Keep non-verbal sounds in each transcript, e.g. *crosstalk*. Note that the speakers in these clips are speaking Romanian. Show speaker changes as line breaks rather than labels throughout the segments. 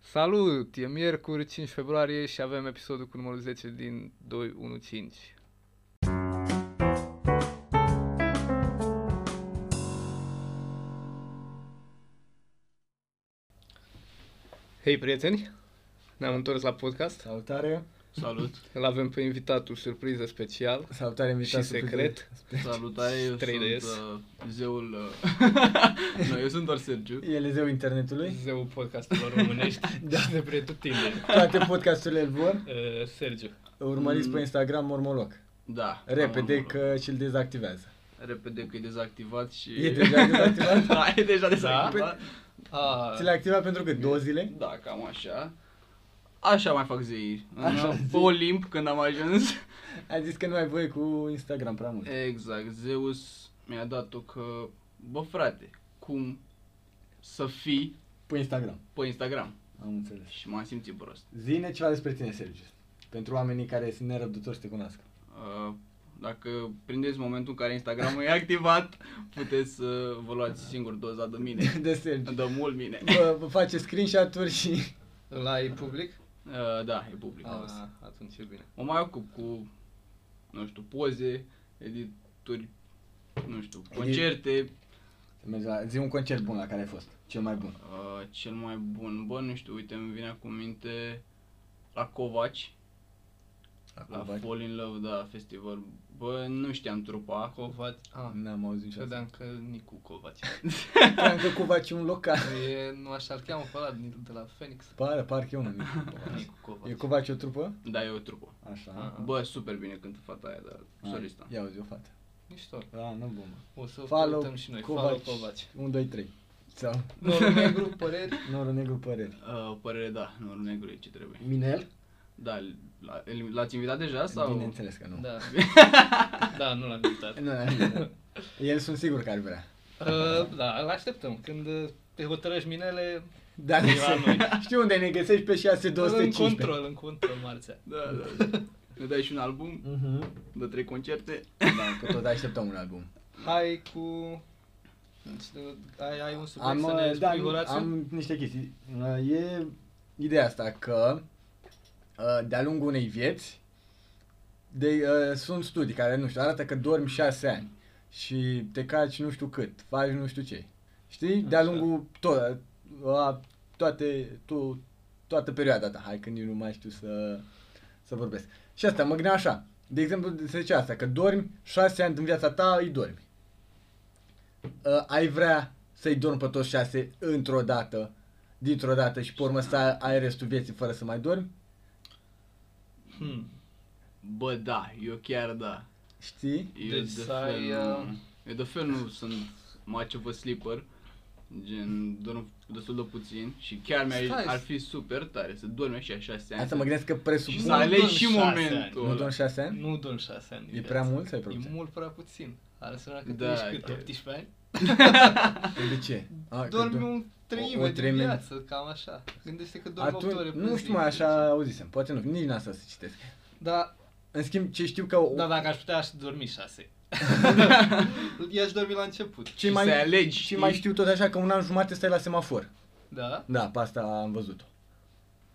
Salut! E miercuri 5 februarie și avem episodul cu numărul 10 din 215. Hei, prieteni! Ne-am întors la podcast.
Salutare!
Salut!
Îl avem pe invitatul surpriză special
Salutare invitatul
și secret.
Salutare, eu
3DS.
sunt uh, zeul... Uh, *laughs* nu, eu sunt doar Sergiu.
El e zeul internetului.
Zeul podcasturilor românești da. și de pretutindeni.
Toate podcasturile îl vor.
Uh, Sergiu.
Urmăriți
Mm.
pe Instagram Mormoloc.
Da.
Repede
am-
că și-l dezactivează.
Repede că e dezactivat și...
E deja dezactivat?
*laughs*
Da?
da, e deja dezactivat.
Ah,
Ți l-a activat pentru cât? Două zile?
Da, cam așa. Așa mai fac zei.
Așa,
Așa,
zei.
pe Olimp când am ajuns.
Ai zis că nu ai voie cu Instagram prea mult.
Exact, Zeus mi-a dat-o că... Bă, frate, cum să fii
Pe Păi, Instagram.
pe Instagram?
Am înțeles.
Și m-am simțit prost.
Zine ceva despre tine, Sergiu. Pentru oamenii care sunt nerăbdători să te cunoască.
Uh, Dacă prindeți momentul în care Instagramul e activat, puteți să vă luați singur doza de mine.
*laughs* De Sergiu.
De mult mine.
Vă, vă face screenshot-uri și... *laughs*
Îl ai public?
Uh, Da, e public.
Ah,
auzi.
atunci e bine.
Mă mai ocup cu, nu știu, poze, edituri, nu știu, concerte.
Mergi la... Zi un concert bun la care ai fost. Cel mai bun.
Uh, Cel mai bun, bă, nu știu, uite, îmi vine acum minte la Covaci, la
Acum,
Fall in Love, da, festival. Bă, nu știam trupa.
Covaci. Ah,
N-am auzit niciodată.
credeam că Nicu Covaci.
Credeam că cumva ci un local.
E, nu așa îl cheamă pe ăla din- de la Phoenix?
Pară, parcă e unul.
Nicu Covaci.
E cumva ce o trupă?
Da, e o trupă.
Așa.
Ah.
Bă, super bine cântă fata aia, dar solista.
Ia uzi, o fată.
Mișto.
Da, nu bună.
O să follow
Follow
uităm și noi.
Covaci.
Follow *laughs* Covaci.
1, 2, 3. Sau
Norul negru, păreri.
norul negru păreri.
Uh, părere da, nu negru e ce trebuie.
Minel?
Da, la- el- l-ați invitat deja sau?
Bineînțeles că nu.
*laughs* Da. da, nu l-am invitat.
*laughs* Nu, nu, nu. El sunt sigur că ar vrea.
Uh, da, îl așteptăm. Când uh, te hotărăști minele,
Dar nu
E la
se... *laughs*
noi.
Știu unde ne găsești pe 6215.
în control, în control, marțea.
Da, da. Ne dai și un album
Mhm.
*laughs*
de trei concerte.
Da, că tot așteptăm un album.
Hai cu... Deci, uh, Ai, ai un subiect
Am,
să ne
uh,
spui,
da,
Horațiu?
am niște chestii. Uh, E ideea asta că uh, de-a lungul unei vieți de, uh, sunt studii care, nu știu, arată că dormi șase ani și te caci nu știu cât, faci nu știu ce. Știi? De-a
Așa.
lungul to- a, toate, to- toată perioada ta. Hai că nici nu mai știu să, să vorbesc. Și asta, mă gândeam așa. De exemplu, se zice asta, că dormi șase ani din viața ta, îi dormi uh, ai vrea să-i dormi pe toți șase într-o dată, dintr-o dată și pe urmă să ai restul vieții fără să mai dormi?
Hmm.
Bă, da, eu chiar da.
Știi?
Eu
Deci
de
să ai,
fel
uh,
nu, eu de fel nu sunt much of a sleeper. Gen, dorm destul de puțin și chiar mi
Stai.
ar fi super tare să dormi așa șase ani.
Asta mă gândesc că
și să
Nu
presupun...
ai-
alegi
dormi
și
șase
momentul
ani,
Nu
ăla.
dormi șase ani?
Nu dorm șase ani din
E
viață.
prea mult sau e prea
E
puțin?
mult prea puțin. Ar însemna că
Da,
da, tu ești cât,
chiar.
18 ani?
De ce? A, că
dormi
dormi-
un
o
treime din
treime.
viață, cam așa. Gândește că dormi 8 ore
Atunci,
pe
nu
zi,
știu mai
deci-
așa auzisem, poate nu, nici n-am stat să citesc.
Da,
În schimb, ce știu că o,
da, dacă aș putea, aș dormi
*laughs*
6. I-aș dormi la început.
ce
și
mai,
să alegi,
și
știi?
mai știu tot așa că un an jumate stai la semafor.
Da?
Da, pe asta am văzut-o.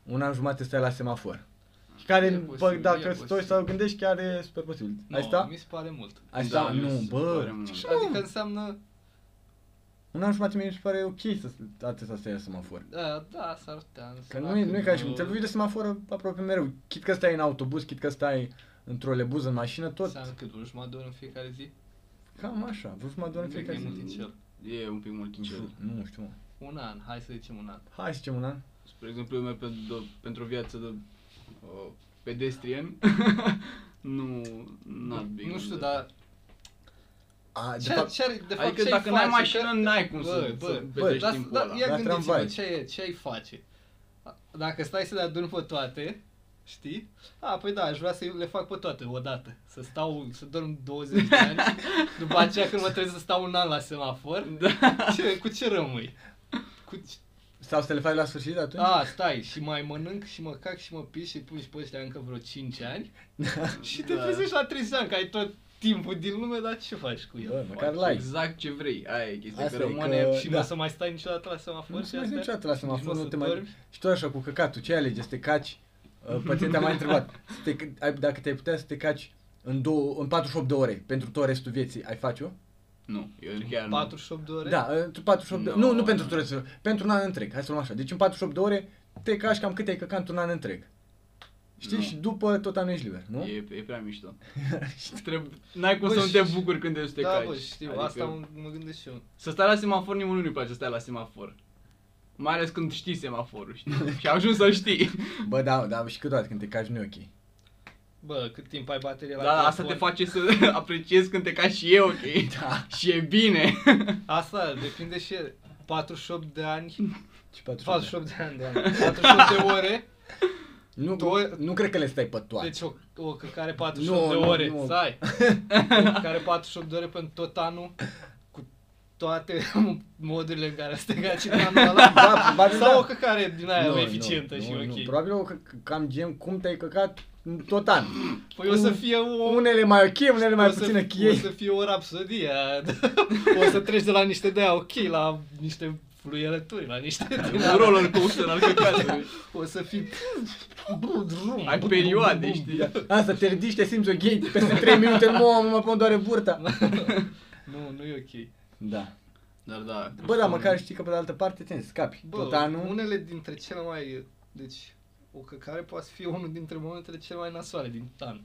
Un an jumate stai la semafor. Și care,
Ah, E
bă,
posibil, e
dacă stoi
posibil.
sau gândești, chiar e super posibil.
Nu,
Ai sta?
mi se pare mult.
Ai
Da,
sta?
mi
nu,
se pare
bă,
mult.
Adică înseamnă,
Un an jumate mi se pare ok să atâta să ia semafor.
da, da s-ar putea.
Că
însemna
nu e, nu e ca și
nu-
cum te lovi de semaforă aproape mereu. Chit că stai în autobuz, chit că stai în trolebuz, în mașină, tot.
Înseamnă cât, un jumătate de oră în fiecare zi?
Cam așa, vreo jumătate de oră în
Nu
fiecare
e
zi.
mult din cel.
E un pic mult cel.
Nu știu, mă.
Un an, hai să zicem un an.
Hai să zicem un an.
Spre exemplu, eu merg pentru, pentru o viață de uh, pedestrian. *laughs* nu, not big
nu
on
știu,
that.
dar
A, de
ce,
fapt,
ce, de fapt
Adică
ce-ai
dacă n-ai
face?
mașină, n-ai cum
Bă,
să,
bă,
să
bă,
petreci
las-
timpul
da-
ăla.
Ia
La
gândiți-vă
tramvai.
ce, e, ce ai face. Dacă stai să le adun pe toate, știi? A, păi da, aș vrea să le fac pe toate odată. Să stau, să dorm 20 de
*laughs*
ani, după aceea când mă trebuie să stau un an la semafor,
*laughs* Da.
ce, cu ce rămâi? Cu ce...
sau să le faci la sfârșit atunci?
A, stai, și mai mănânc, și mă cac, și mă piș, și pun și pe ăștia încă vreo 5 ani, și te
Da.
trezești la 30 ani, că ai tot timpul din lume, dar ce faci cu
Bă,
el?
măcar
Faci
like.
Exact ce vrei. Aia e chestia
Asta
Asta
e
că rămâne
că-
că...
Și
da.
nu o să mai stai niciodată la semafor
Nu
și
se mai
astea?
niciodată la semafor,
Nici
nu
nu
te
o să
mai...
dormi?
Și tot așa cu căcatul, ce alegi? Să te caci? Uh, Pe tine te-am mai întrebat. Să te, ai- dacă te-ai putea să te caci în, două, în 48 de ore pentru tot restul vieții, ai face-o?
Nu, eu chiar nu.
48 de ore?
Da, în 48 de...
No,
Nu, nu
no.
pentru tot restul, pentru un an întreg. Hai să luăm așa. Deci în 48 de ore te caci cam cât ai căcat într-un an întreg. Știi?
Nu.
Și după tot anul ești liber, nu?
E, e prea
*laughs*
mișto. Trebuie, n-ai cum
Bă,
să nu
și-
te bucuri când ești te
Da,
caci. Adică-
bă, știu, asta mă- mă gândesc și eu.
Să stai la semafor, nimănui nu-i place să stai la semafor. Mai ales când știi semaforul,
*laughs*
știi? Și ajungi să știi.
Bă, da, da, și câteodată când te caci nu e ok.
Bă, cât timp ai baterie la
Dar Da, asta te
telefon?
face să *laughs* apreciezi când te caci și e ok.
Da.
Și e bine.
Asta depinde și 48 de ani,
Și 48 de
48 de ani,
*laughs*
da. 48 de ore,
ani. Nu,
două-
nu cred că le stai pe toate.
deci o, o căcare 48
Nu,
de
nu,
ore,
nu.
să
*laughs*
ai. O căcare 48 de ore pentru tot anul, cu toate *laughs* modurile în care este ca
*laughs*
cineva ăla.
Da,
*laughs*
probabil
Sau
da.
o căcare din aia mai eficientă și ok.
Probabil o, că- cam gen cum te-ai căcat în tot an.
Păi o să fie o...
Unele mai ok, unele mai
o să,
puțin ok.
O să fie o rapsodie. *laughs* o să treci de la niște de ok la niște fluierături, la
*laughs*
niște din
Da.
Un roller coaster al căcatului.
O să fii...
Ai perioade, știi?
Asta te ridici, te simți ok, peste 3 minute, mamă, mă pun doare burta.
Da. *laughs* Nu, nu e ok.
Da.
Dar da.
Bă, da, măcar știi că pe de altă parte ți scapi.
Bă,
tot anul.
unele dintre cele mai... Deci, o căcare poate fi unul dintre momentele cele mai nasoale din tan.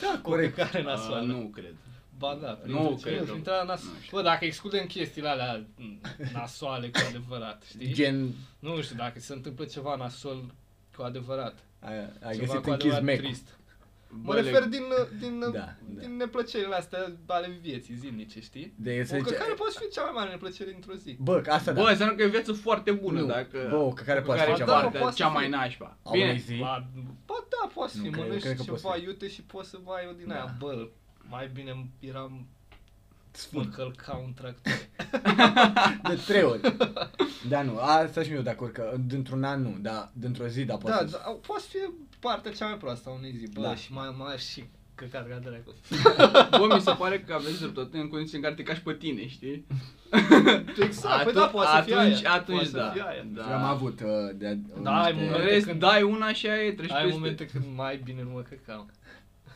Da,
O
corect.
căcare
Ah,
nasoală.
Nu cred.
Ba da,
Nu,
printre
cred
cele-
că-
printre alea nas...
nu știu.
Bă, dacă excludem chestiile alea m, nasoale cu adevărat, știi?
Gen,
Nu știu dacă se întâmplă ceva nasol cu adevărat.
ai, ai
Ceva
găsit
cu
închis
adevărat
Mac.
trist. Mă
Bă, le-
refer din, din,
Da,
da,
da.
din neplăcerile astea ale vieții zilnice, știi?
De să
O
zice-
care poate fi cea mai mare neplăcere dintr-o zi.
Bă, că asta da.
Bă, înseamnă că e viață foarte bună
Nu.
dacă...
Bă, o căcare
cu
poate
care
fi cea
e
mai- Da,
partea
mă, poate
cea
să
mai
fie.
nașpa.
A unei
Bine,
zi.
Ba, ba da, poate să
Nu
fie,
cred, eu cred că
mănânci
poți
ceva
fi.
iute și poți să mai eu din
Da.
aia. Bă, mai bine eram mă
Sfânt.
călca un tractor.
De trei
*laughs*
ori. Da, nu, asta și eu de acord că dintr-un an nu, dar dintr-o zi, da, *laughs* poate
Da,
să-
da, poate să fie partea cea mai proastă a unei zi. Bă,
Da.
și mai mare și căcat ca dracu.
*laughs* Bă, mi se pare că aveți dreptate în condiții în care te cași pe tine, știi?
Exact, *laughs* păi da, poate să fie
atunci,
aia.
Atunci,
Poate să
da.
fie aia.
da.
Am avut uh, de
Da, ai
În
niște-
momente
rest,
când-
dai una și aia e, treci
Ai
peste. *laughs*
momente când mai bine nu mă căcam.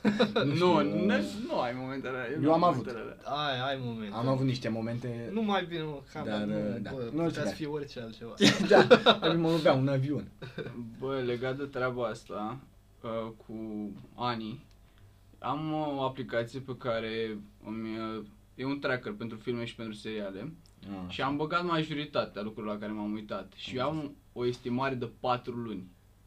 Nu,
știu,
nu,
uh,
nu ai momentele alea.
eu am
n-am
avut.
momentele alea.
Ai, ai momente.
*laughs* Am avut niște momente...
Nu mai bine mă cam,
Dar,
dar, nu,
da.
da. bă,
Nu
putea
înțeleg.
să fie orice altceva.
*laughs* da, abia mă lovea un avion.
Bă, legat de treaba asta, uh, cu anii, am uh, o aplicație pe care îmi, uh, e un tracker pentru filme și pentru seriale
Ah,
și am băgat majoritatea lucrurilor la care m-am uitat și
Am
am o estimare de 4 luni.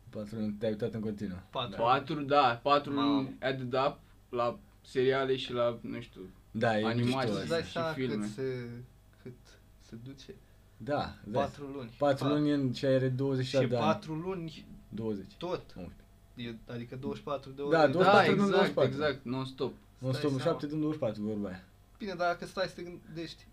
Patru luni, te-ai uitat în continuu.
Patru.
4, da, 4
Mamă.
luni added up la seriale și la, nu știu,
Da, e
Animații.
mișto
Îți
asta.
dai
și
seama Exact cât
filme.
se, cât se duce?
Da, da.
Patru luni.
Patru
Pa-
luni în ce are 27
Și
de ani.
patru luni
20.
tot.
11.
E, adică 24 de ore.
Da,
de-
24 din
da, exact,
24.
exact, non-stop.
Nu
Stai
stau
seama.
7 din 24 vorba aia.
Bine, dar dacă stai să te gândești,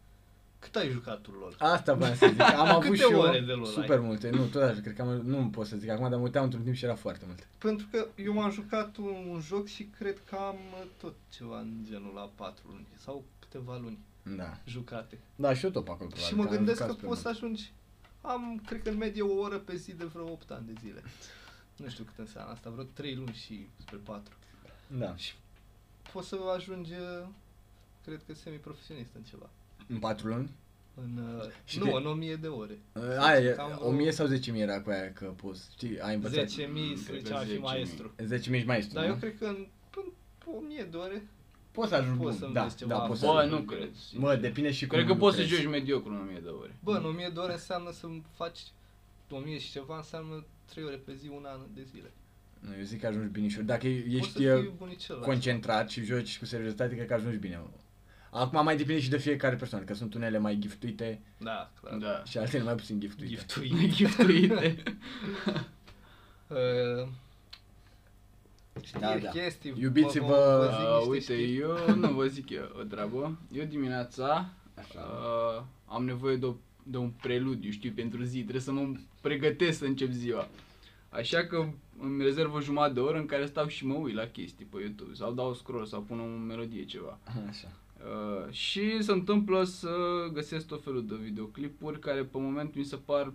cât ai jucat tu LOL?
Asta vreau să zic. Am avut
Câte
și eu
ore de lor ai?
super multe. Nu, tot așa, cred că am, nu pot să zic acum, dar mă uitam într-un timp și era foarte mult.
Pentru că eu m-am jucat un, un joc și cred că am uh, tot ceva în genul la patru luni sau câteva luni
Da.
jucate.
Da, și eu tot pe acolo.
și
probabil,
mă
am
gândesc
jucat
că
super
poți să
mult.
ajungi, am, cred că în medie o oră pe zi de vreo 8 ani de zile. Nu știu cât înseamnă asta, vreo 3 luni și spre 4.
Da.
Și poți să ajungi, uh, cred că semi-profesionist în ceva.
În 4 luni?
În, uh,
Și
nu,
de-
în 1000 de ore.
Aia e,
Cam vreo
1000 sau 10.000 era cu aia că poți, știi, ai învățat.
10.000 să
Cred că
zicea ar fi
10.000.
maestru.
10.000 ești maestru,
Dar
nu?
eu cred că în, în 1000 de ore,
Poți să ajungi
Poți să
bun, da,
înveți ceva.
da, poți să
Bă,
ajungi
nu
bun.
cred.
Mă, depinde și cum
Cred că poți să
lucrezi.
joci mediocru în 1000 de ore.
bă, în 1000 de ore înseamnă să faci 1000 și ceva, înseamnă 3 ore pe zi, un an de zile.
Nu, eu zic că ajungi bine și dacă
Poți să
ești
fii
uh,
bunicel. la asta.
concentrat și joci cu seriozitate, cred că ajungi bine. Acum mai depinde și de fiecare persoană, că sunt unele mai giftuite
Da, clar.
Da. *laughs*
și altele mai puțin giftuite.
Giftuit. *laughs*
Giftuite.
Uh, știri,
Da, da.
chestii,
Iubiți-vă,
vă zic
Uh,
niște
uite,
știri. *laughs*
eu nu vă zic eu o treabă. Eu dimineața
Da.
uh, am nevoie de, o, de un preludiu, știu, pentru zi. Trebuie să mă pregătesc să încep ziua. Așa că îmi rezerv o jumătate de oră în care stau și mă uit la chestii pe YouTube sau dau scroll sau pun o melodie ceva.
Așa.
Uh, și se întâmplă să găsesc tot felul de videoclipuri care pe moment mi se par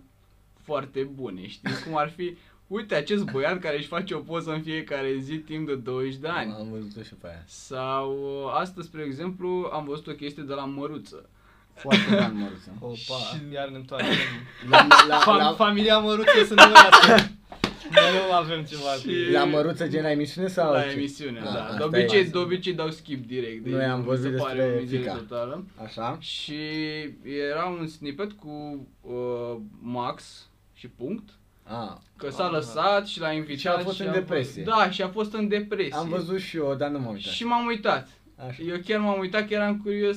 foarte bune, știi? Cum ar fi, uite acest băiat care își face o poză în fiecare zi timp de 20 de ani.
Am văzut și pe aia.
Sau uh, astăzi, spre exemplu, am văzut o chestie de la Măruță.
Foarte bani măruță.
Opa,
Și-
iar ne întoarcem.
*laughs* La, la,
Fam-
la,
Familia Măruță sunt noi astea. Noi nu avem ceva cu
Și-
la măruță gen la emisiune sau
la
ce?
emisiune,
A,
da.
asta
De obicei,
e.
de obicei dau skip direct. Deci
Noi am
mi
vorbit
se pare
despre
o mizerie
Fica.
totală.
Așa.
Și era un snippet cu uh, Max și punct.
A,
Că s-a
Ah.
lăsat și l-a invitat
Și a fost în depresie.
Da, și a fost în depresie.
am văzut și eu, dar nu m-am uitat.
Și m-am uitat.
Așa.
Eu chiar m-am uitat, că eram curios.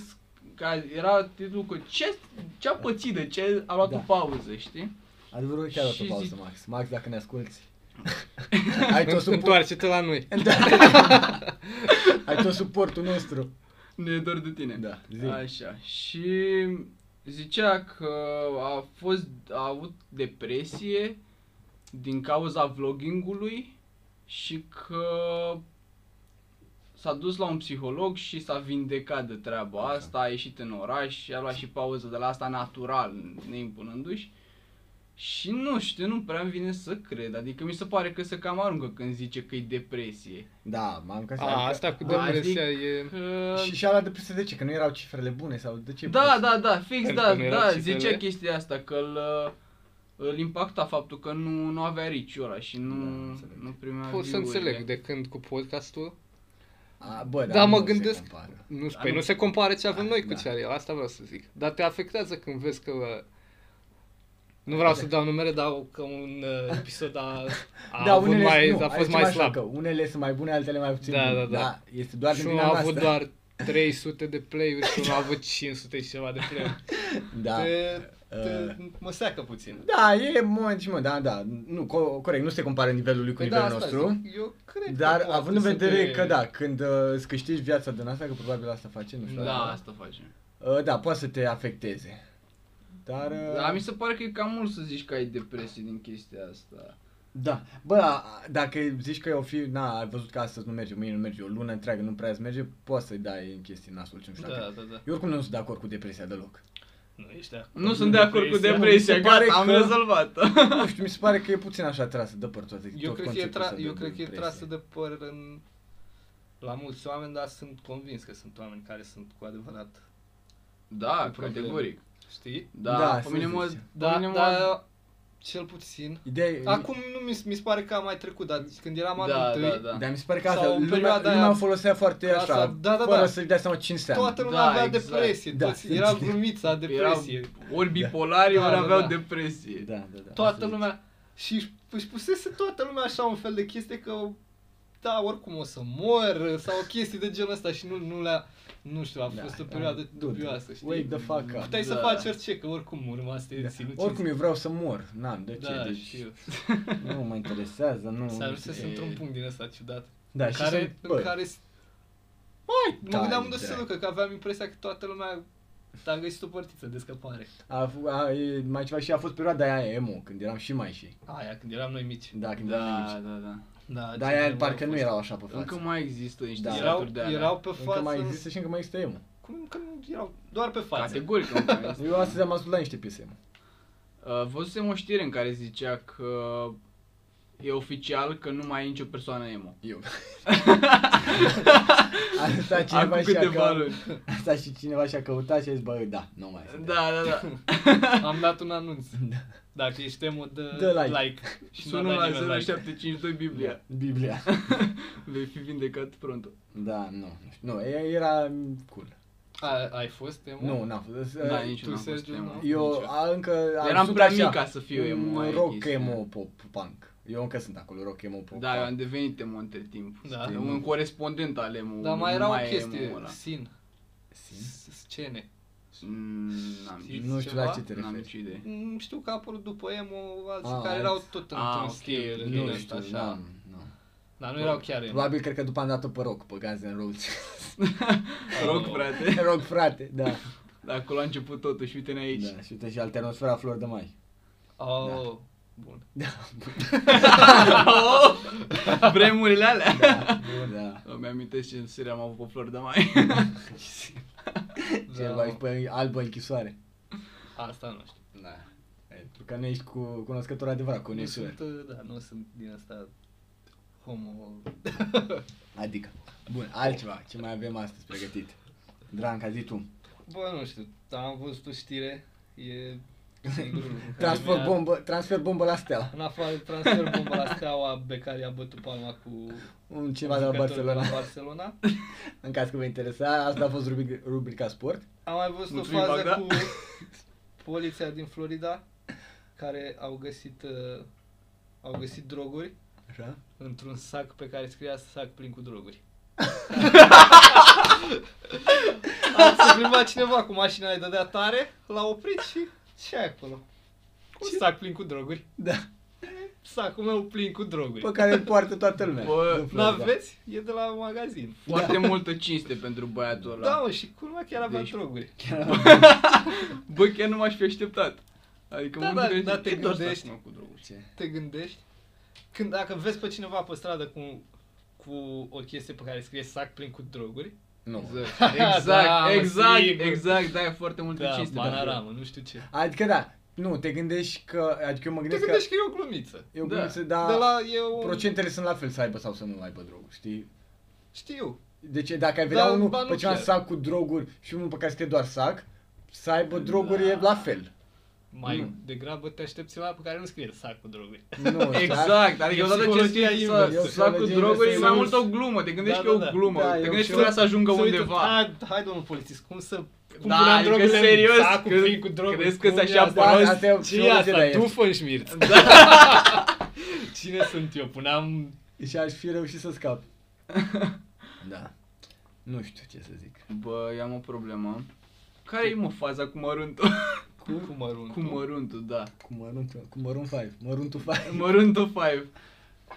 Că era titlul cu ce, ce a pățit, de ce a luat
Da.
o pauză, știi?
Adevărul chiar o să
Și
pauză,
zic-
Max. Max, dacă ne
*laughs*
asculti. ai, tot suport,
Întoarce-te la noi.
ai tot suportul nostru.
Ne e dor de tine.
Da, zi.
Așa. Și zicea că a fost a avut depresie din cauza vloggingului și că s-a dus la un psiholog și s-a vindecat de treaba asta, a ieșit în oraș și a luat și pauză de la asta natural, neimpunându-și. Și nu știu, nu prea îmi vine să cred, adică mi se pare că se cam aruncă când zice că e depresie.
Da, m-am găsit.
A, asta cu depresia e...
Că...
Și și-a luat de peste 10, că nu erau cifrele bune sau de ce?
Da, da, da, fix,
Pentru
da,
că nu erau
da,
cifrele.
zicea chestia asta, că îl, uh, îl impacta faptul că nu, nu avea riciul ăla și nu,
Da, înțeleg.
nu primea
Pot să
view-urile.
înțeleg de când cu podcastul.
A, bă,
Da, mă
nu se
gândesc-
compară.
Nu,
Da,
păi
nu.
nu se compară ce avem
Da,
noi cu
da.
ce are el, asta vreau să zic. Dar te afectează când vezi că... uh, Nu vreau să dau numere, dar că un uh, episod a, a,
da,
avut
unele,
mai,
nu,
a fost
aici
mai
mai știu
slab.
Că unele sunt mai bune, altele mai puțin
Da,
bune.
da, da.
Este doar
și
din
unul
vina
a avut
noastră.
doar 300 de play-uri și unul a avut 500 și ceva de play-uri.
Da.
Te, te
Uh.
mă seacă puțin.
Da, e moment și mă, da, da. Nu, co- corect, nu se compară nivelul lui cu
Păi da,
nivelul
asta
nostru.
zic, eu cred
Dar
că poate
având în
să
vedere
te-
că da, când uh, îți câștigi viața din asta, că probabil asta face, nu știu.
Da, asta face.
Uh, da, poate să te afecteze. Dar... Uh,
Da, mi se pare că e cam mult să zici că ai depresie din chestia asta.
da. Bă, a- dacă zici că o fi, na, ai văzut că astăzi nu merge, mâine nu merge, o lună întreagă nu prea îți merge, poți să-i dai în chestii nasul ce nu știu.
Da,
dacă-
da, da.
Eu oricum nu sunt de acord cu depresia deloc. *laughs*
Nu ești de acord.
Nu sunt de acord cu
Mi
depresia,
se pare
gata, am
că-
*laughs* rezolvat
nu știu, mi se pare că e puțin așa trasă de păr toate,
Eu cred,
tot
că e,
conceptul
tra-
ăsta de
eu cred că e
depresie.
trasă de păr în... la mulți oameni, dar sunt convins că sunt oameni care sunt cu adevărat,
Da,
Cu probleme.
categoric.
știi?
Da,
Da,
da pe mine
să
mă...
zice.
Da,
pe mine
da,
mă-
cel puțin.
Ideea e,
Acum nu mi, mi se pare că am mai trecut, dar când eram anul
Da,
întâi,
da, da.
Dar mi se pare că
Sau
asta
în
lumea,
perioada aia-
lumea o folosea foarte
Clasa-
așa,
da, da,
fără
da.
să-și dea seama ce înseamnă.
toată lumea
Da,
avea
exact.
depresie,
Da,
toți,
se
era
înțelege.
glumița depresie.
Erau ori bipolari,
Da,
ori
da,
aveau
da.
depresie.
Da, da, da.
toată
absolut.
lumea și își- își pusese toată lumea așa un fel de chestie că da, oricum o să mor sau chestii de genul ăsta și nu, nu le-a, nu știu, a
Da,
fost o
da,
perioadă
du-te.
dubioasă, știi?
Wake the fuck up.
Puteai să
Da.
faci orice, că oricum urma să te
Da.
ții
Oricum eu vreau să mor, n-am de ce,
da,
deci
știu.
nu mă interesează, nu...
S-a ajuns
e-
într-un punct din ăsta ciudat.
Da,
în
și
care,
sunt- bă. Da,
în
exact.
care s- Mai, mă
Tai,
gândeam unde se
drag.
ducă, că aveam impresia că toată lumea a găsit o părtiță de scăpare.
A, f- a, e, mai ceva și a fost perioada aia emo, când eram și mai și.
Aia, când eram noi mici.
Da, când eram mai
Da,
mici.
da, da.
Da,
Dar
ce
aia
vremuri
parcă
au
nu
fost.
erau așa pe față.
Încă mai există niște
Da.
saturi
erau,
de alea.
erau pe
Încă
față,
mai
nu-
există și încă mai există emo.
Cum că nu erau doar pe față. *laughs*
Categoric *laughs* încă mai există.
Eu astăzi am ascultat niște piese emo.
Uh, Văzusem o știre în care zicea că e oficial că nu mai e nicio persoană emo. *laughs*
Eu. asta
Acum
cineva și a
câteva
că...
luni.
Asta și cineva și a căutat și a zis, bă, da, nu mai sunt.
Da, da, da.
Am dat un anunț. Dacă ești emo, Da. dă,
Dă like.
like. Și nu
Sună
a
la
dat nimeni like.
0752
Da.
Biblia. *laughs*
Biblia.
Vei fi vindecat pronto.
Da, nu, nu știu. Nu, e- era cool.
A, ai fost emo?
Nu, n-am fost. ă,
Da,
tu,
nici eu n-am fost
Sergiu,
emo.
nu?
Eu
Nici
a, încă am
Eram
sunt
prea
așa,
mic ca să fiu emo,
un
aia e
Rock,
chestia.
emo, pop, punk. Eu încă sunt acolo, rock, emo, pop,
Da, eu am
punk.
devenit emo între timp.
Da.
Știi, Un corespondent al emo.
Dar mai era o chestie,
emo ăla.
sin,
Sim?
scene.
Mm, N-am
Știi?
nici-
Nu știu la
Ceva?
ce te
n-am
referi.
nicio idee.
Mm, Știu că a apărut după emo alții
Ah,
care
alți.
erau tot într-un
Ah, ok,
stil.
ok.
din
Nu
ăsta,
știu,
așa.
n-am, nu.
Dar nu erau chiar emo.
Probabil cred că după am dat-o pe rock, pe Guns N' Roses. *laughs*
Rog, frate.
rock, frate, da.
Dar acolo a început totul și uite-ne aici.
Da, și uite și alternosfera Flor de Mai.
Oh, Bun. *laughs*
*laughs* Vremurile alea.
Da.
Îmi amintesc ce în serie am avut pe flori de mai.
Cel mai pe albă închisoare.
da, Asta nu știu.
Da. Pentru că nu ești cu cunoscător adevărat, cu
Nu
unesură.
sunt, uh, da, nu sunt din asta homo. *laughs*
Adică. Bun, altceva. Ce mai avem astăzi pregătit? Dranca, zi tu.
Bă, nu știu, dar am văzut o știre, e singurul
*laughs*
lucru care
Transfer
mi-a-
bombă, transfer bombă la Steaua.
În afară de transfer bombă la Steaua, Becari a bătut palma cu
Un
un
cineva de la
jucător
Barcelona.
De la Barcelona.
În caz că vă interesa, asta a fost rubric- rubrica sport.
Am mai văzut
Mulțumim,
o fază
Magda.
cu poliția din Florida care au găsit uh, au găsit droguri
Așa.
într-un sac pe care scria sac plin cu
*laughs*
droguri. a plimbat cineva cu mașina, îi dădea tare, l-a oprit și ce ai acolo? Un sac plin cu droguri.
Da.
Sacul meu plin cu droguri.
Pe care îl poartă toată lumea.
Bă,
Din Florida.
N-aveți? E de la magazin.
Foarte multă cinste pentru băiatul ăla.
Da, mă, și culmea chiar avea
Deci-
droguri.
Bă, chiar nu m-aș fi așteptat. Adică
Da,
mă
da,
gândesc,
da, te
ce doar
gândești.
stați, mă, cu droguri?
Ce?
te gândești, când dacă vezi pe cineva pe stradă cu, cu o chestie pe care scrie sac plin cu droguri,
Nu.
Exact,
*laughs* Da, mă,
exact, exact,
sigur.
exact, da, e foarte multă
da,
cinste.
panoramă, nu știu ce.
Adică da, nu, te gândești că, adică eu mă
Te
gândesc că
gândești că e o glumiță.
eu
Da.
gândesc,
Da.
da,
De la, e o...
procentele sunt la fel să aibă sau să nu aibă droguri, știi?
Știu.
Deci dacă ai vedea
Da,
unul
ba, nu
pe cineva
chiar.
sac cu droguri și unul pe care scrie doar sac, să aibă droguri e la fel.
Mai
Nu.
degrabă te aștepți la pe care nu scrie sac cu droguri.
*laughs*
Nu,
Exact, adică
E
odată ce
psihologia
scrii
inversă.
să-
E
să fac cu
psihologia
droguri, e
inversă.
mai mult o glumă, te gândești
Da,
că
da,
e o
da.
glumă,
Da,
te
e o
gândești că
glumă.
vrea să ajungă
Se uită,
undeva.
Hai, hai domnul polițist, cum să... Cum
Da,
punem
adică
droguri în
serios,
sacul
că-
plin cu droguri?
crezi că
Cum
se
e
așa
asta?
Da, asta e o
Ce e
psihologie
asta?
de
Tu
*laughs*
la
fă
Da. Cine sunt eu? Puneam...
el. Și aș fi reușit să scap. Da. Nu știu ce să zic.
Bă, eu am o problemă. Care e mă faza cu măruntul?
Cu, cu măruntul.
Cu măruntul, da.
Cu măruntul, cu mărun 5, măruntul 5.
Măruntul 5.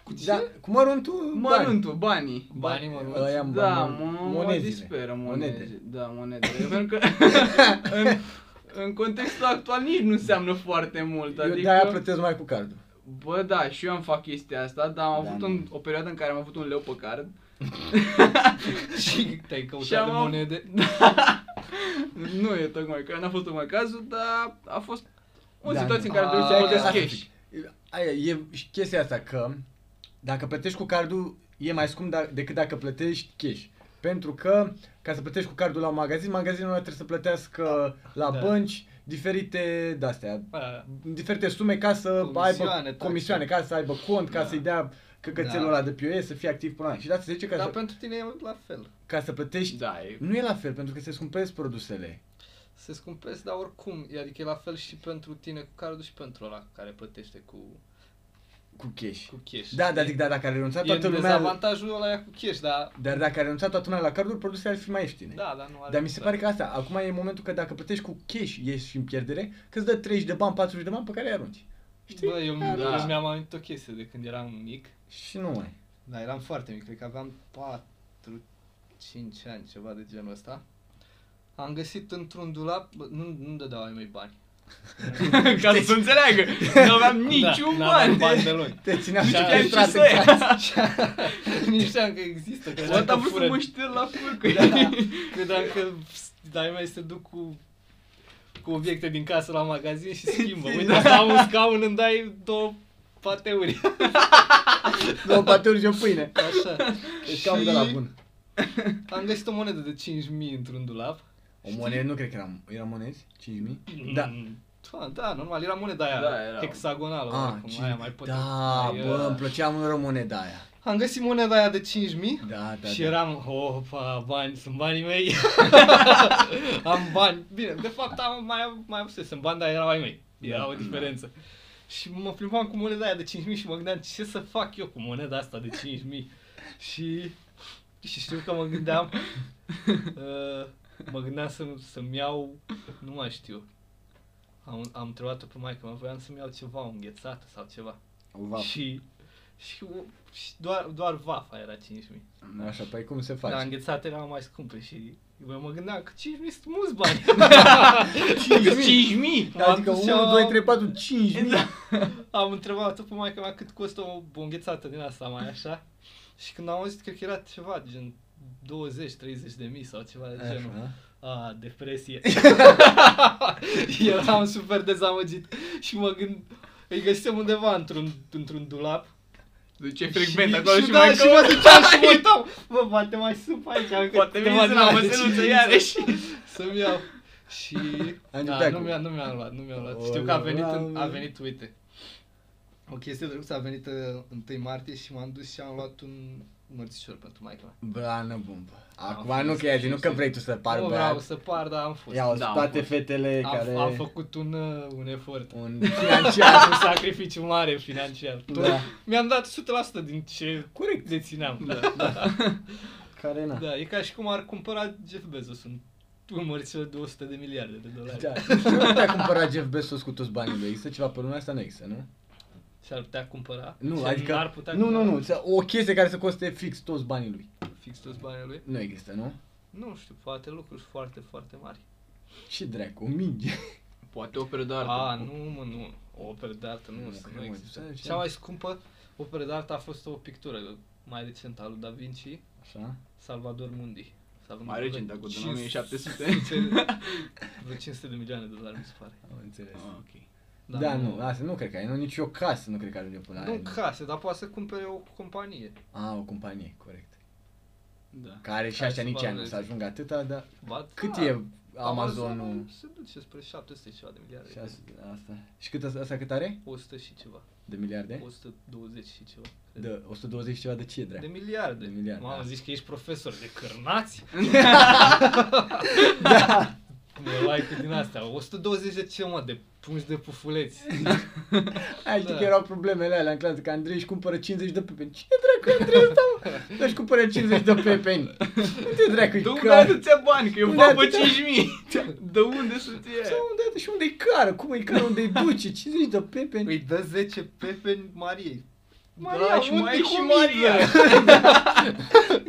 Cu ce? Da, cu măruntul, bani.
Măruntul, banii.
Banii mărunți.
Ăia am
Da,
bani,
mă, mă
monezile.
disperă
Monede.
monede. Da, monede.
*laughs*
Pentru că în, în contextul actual nici nu înseamnă foarte mult.
Eu
Adică...
de-aia plătesc mai cu cardul.
Bă, da, și eu am fac chestia asta, dar am
Da,
avut
nu.
un, o perioadă în care am avut un leu pe card.
*laughs* Și Da. te-ai
Și
căutat
am
de
avut-
*laughs* monede.
nu e tocmai, că n-a fost tocmai cazul, dar a fost o
Da,
situație
nu. da.
în care
A,
trebuie să plătesc
asta
cash.
zic. Aia e și chestia asta că dacă plătești cu cardul e mai scump da- decât dacă plătești cash. Pentru că ca să plătești cu cardul la un magazin, magazinul ăla trebuie să plătească la
Da.
bănci diferite de-astea,
Aia.
diferite sume ca să
Comisioane,
aibă
taxe.
comisioane, ca să aibă cont, ca
Da.
să-i dea căcățelul
Da.
ăla de POS, să fie activ până la Și de asta se zice că
Dar
să,
pentru tine e la fel.
ca să plătești,
Da, e...
nu e la fel, pentru că se scumpesc produsele.
Se scumpesc, dar oricum, e- adică e la fel și pentru tine cu cardul și pentru ăla care plătește cu,
Cu cash.
cu cash.
Da, dar zic, da, dacă ar renunța
e
toată lumea...
dezavantajul ăla e cu cash, dar...
Dar dacă ar renunța toată lumea la carduri, produsele ar fi mai ieftine.
Da, dar nu are...
Dar mi se pare că asta, acum e momentul că dacă plătești cu cash, ieși în pierdere, că îți dă 30 de bani, 40 de bani pe care îi arunci.
Știi? Bă, eu,
Da.
da. eu mi-am amintit o chestie de când eram mic.
Și nu mai.
Da, eram foarte mic, cred că aveam 4, 5 ani, ceva de genul ăsta. Am găsit într-un dulap, bă, nu, nu-mi dădeau ai mei bani.
*laughs* Ca să se înțeleagă, nu aveam niciun
da,
bani.
N-aveam bani deloc.
Te țineam
Și aveam
filtrat
și
în
să ia.
casă.
*laughs* Nici știam că există. că
Bă,
dacă
a vrut să
fură-
mă șterg la furcă.
*laughs* Da, credeam că dai mai se duc cu cu obiecte din casă la magazin și schimbă. Uite, asta am un scaun, îmi dai două pateuri.
Două paturi și o pâine.
*laughs* Așa.
Și cam de la bun.
Am găsit o monedă de 5.000 într-un dulap.
O monedă, nu cred că eram, eram monezi? 5.000? Da.
Da, da, normal, era moneda aia
Da, era.
hexagonală,
Ah,
oricum,
cinci-
aia mai putem.
da,
mai,
bă,
uh,
îmi plăcea mult moneda aia.
Am găsit moneda aia de 5.000
Da, da,
și
da.
eram, opa, bani, sunt banii
*laughs*
mei. am bani. Bine, de fapt am mai, mai obsesem bani, dar erau ai mei. Era
Da,
o diferență. Și mă plimbam cu moneda aia de 5.000 și mă gândeam ce să fac eu cu moneda asta de 5.000. Și, și știu că mă
*laughs*
gândeam, uh, mă gândeam să, să-mi iau, nu mai știu. Am, am întrebat-o pe maică, mă voiam să-mi iau ceva, o înghețată sau ceva.
O vapă.
Și, Și, și doar, doar vafa era 5.000.
Așa, păi cum se
Dar
face?
înghețate erau mai scumpe și eu mă gândeam că 5.000 sunt mulți bani.
5.000!
M-am
Adică
dus
1,
și am-
2, 3, 4, 5 mii.
Da. Am întrebat-o pe maica mea cât costă o o înghețată din asta mai așa. Și când am auzit, cred că era ceva gen 20-30 de mii sau ceva de genul.
Așa.
A, depresie. *laughs* Eram super dezamăgit și mă gând... Îi găsisem undeva într-un, într-un dulap.
Duce Deci frecvent
și,
acolo și,
și, da,
mai
și mă duceam
*laughs*
și mă uitam. Bă, poate mai sunt pe aici. încă
Poate
câteva
vine să la
zile,
măseluță
deci-
iarăși.
Să-mi iau. Și...
Am
Da,
uitat
nu
cum.
mi-a, nu mi-am luat, nu mi-am luat.
O,
Știu că a
la,
venit,
la,
în,
la.
a venit, uite. O chestie drăguță a venit uh, 1 martie și m-am dus și am luat un mărțișor pentru maica mea.
Blană bombă. Acum
fost
nu că e nu că
și-
vrei tu să
nu
pari
Oh, vreau
băiat.
să par, dar am fost.
Iau
Da, am
toate
fost.
fetele
am,
care...
am făcut un, uh, un efort.
Un
*laughs* Financiar,
financiar.
un sacrificiu mare financiar.
Da.
Mi-am dat 100% din ce
Corect.
dețineam.
Da, da.
Care na.
Da, e ca și cum ar cumpăra Jeff Bezos un, un mărțișor de 100 de miliarde de dolari.
Da. Nu știu cum te-a cumpărat Jeff Bezos cu toți banii lui. Există ceva pe lumea asta? Nu există, nu?
Și-ar putea cumpăra.
Nu,
și
adică...
n-ar putea
Nu, nu,
cumpăra
nu. să- O chestie care să coste fix toți banii lui.
Fix toți banii lui.
Nu există, nu?
Nu știu, poate lucruri foarte, foarte mari.
Și dracu, o minge.
*laughs*
*laughs*
Poate operă de artă.
A, nu, mă, nu. O operă de artă nu,
Nu,
să
cred
nu
că mă
există.
duc.
Cea mai scumpă operă de artă a fost o pictură mai recentă a lui Da Vinci,
Așa.
Salvador Mundi. S-a vândut
Mai
vreo
recent, acum, din
500
1700.
*laughs* Vreo 500 de milioane de dolari, mi se pare.
Am înțeles.
Ah, ok.
Da, da nu, asta nu cred că ai, nu nici o casă nu cred că ajunge până la
Nu
aia.
case, dar poate să cumpere o companie.
A, o companie, corect.
Da.
Care și
Care
așa
să
nici ea nu
valoreze.
să ajungă atâta, dar
Ba,
cât
da,
e Amazonul?
Se duce spre 700 și ceva de miliarde.
Și asta- asta. Și cât asta, asta cât are?
100 și ceva.
De miliarde?
120 și ceva. cred.
De 120 și ceva de ce,
De
dracu?
miliarde.
De miliarde,
Mamă,
da.
zici că ești profesor de
*laughs*
cărnați?
Da!
Mi-e luai cu din astea. 120 de ce, mă, de pungi de
*laughs*
pufuleți.
Ai știi
Da.
că erau problemele alea în clasă, că Andrei își cumpără 50 de pepeni. Cine dracu Andrei ăsta, mă?
*laughs*
Dar își cumpără 50 de pepeni. Unde dracu e
De unde
cară?
atâția bani? Păi Că eu
Unde
papă
atâta?
5.000. De unde sunt
Sau
ei?
unde și unde e cară? Cum e cară? Unde-i duce? 50 de pepeni?
Îi dă 10 pepeni Mariei.
Da, și mai e și Maria.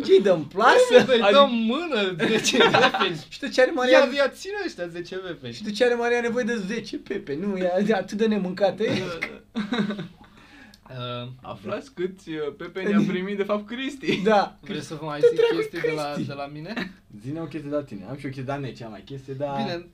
Ce-i dă în plasă?
Îi
Adică-
dă mână
*laughs*
10
Da.
pepeni.
Și de ce are Maria?
Ia, ia ține ăștia 10
Și
pepeni.
de ce are Maria nevoie de 10 pepe? Nu, e atât de nemâncate.
Da. Uh,
Aflați câți uh, pepeni a primit de fapt Cristi.
Da.
vreți să vă mai
Te
zic
dracu,
chestii de la,
Cristi.
de la mine?
Zine o chestie de la tine. Am și o chestie de la mine, cea mai chestie, dar...
Bine,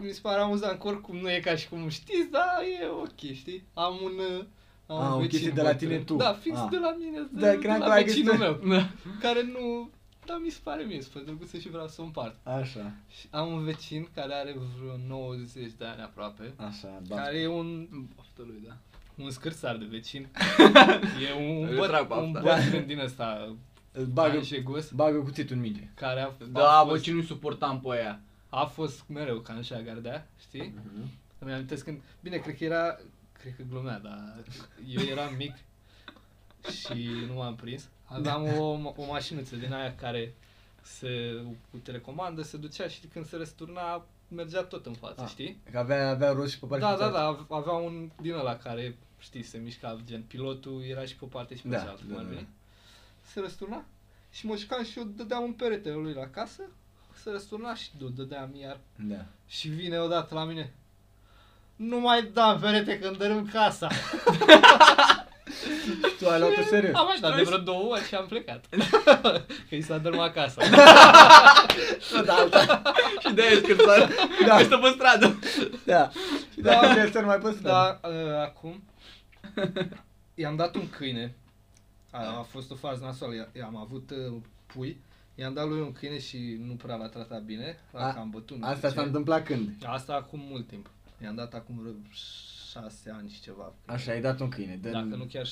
mi se pare amuzant că oricum nu e ca și cum știți, dar e ok, știi? Am un... uh, Am
Ah, o
vecin
chestie de la
bătrân.
tine tu.
Da, fix
Ah.
de la mine, de,
Da,
de
cream că
la
ai
vecinul
găsit-
meu.
Da.
care nu... Dar mi se pare mie, spune drăguță și vreau să o împart.
Așa,
Și am un vecin care are vreo 90 de ani aproape,
așa,
da.
da.
care e un,
Poftă lui, da.
un scârțar de
*laughs*
vecin. e un,
Îl
băt,
trag pe
un
asta.
bătrân din ăsta,
Îl
bagă
bagă,
și gos,
bagă cuțitul în minge.
care a,
Da,
a,
bă,
fost,
ce nu suportam pe aia.
a fost mereu ca în șagardea,
Da.
știi? Îmi amintesc când, bine, cred că era, cred că glumea, dar eu eram mic și nu m-am prins. Aveam o, o mașinuță din aia care se, cu telecomandă se ducea și când se răsturna mergea tot în față,
Ah,
știi?
Că avea, avea rost și pe partea
Da, da, da, ave- avea un din ăla care, știi, se mișca, gen, pilotul era și pe o parte și pe
Da,
cealaltă, cum
da,
ar
da.
veni. Se răsturna și mă jucam și eu dădeam un perete lui la casă, se răsturna și d- dădeam iar
da.
și vine odată la mine. Nu mai da în perete când dărâm casa.
Și tu ai luat-o
*laughs*
serios.
Am așteptat de vreo două ori și am *laughs* plecat. că i s-a dărâmat casa.
Da, da, da.
Și de-aia e scârțar.
Da.
Da. Stă pe stradă. *laughs*
da. Și
Da.
da, da, să nu mai poți
Da, uh, acum i-am dat un câine. A, a fost o fază nasoală. I- I-am avut uh, pui. I-am dat lui un câine și nu prea l-a tratat bine. L-a
A-
cam bătut. nu
Asta
știu
s-a
ce.
întâmplat când?
Asta acum mult timp. I-am dat acum vreo șase ani și ceva.
Așa, ai dat un câine. Dă-mi-
Dacă nu chiar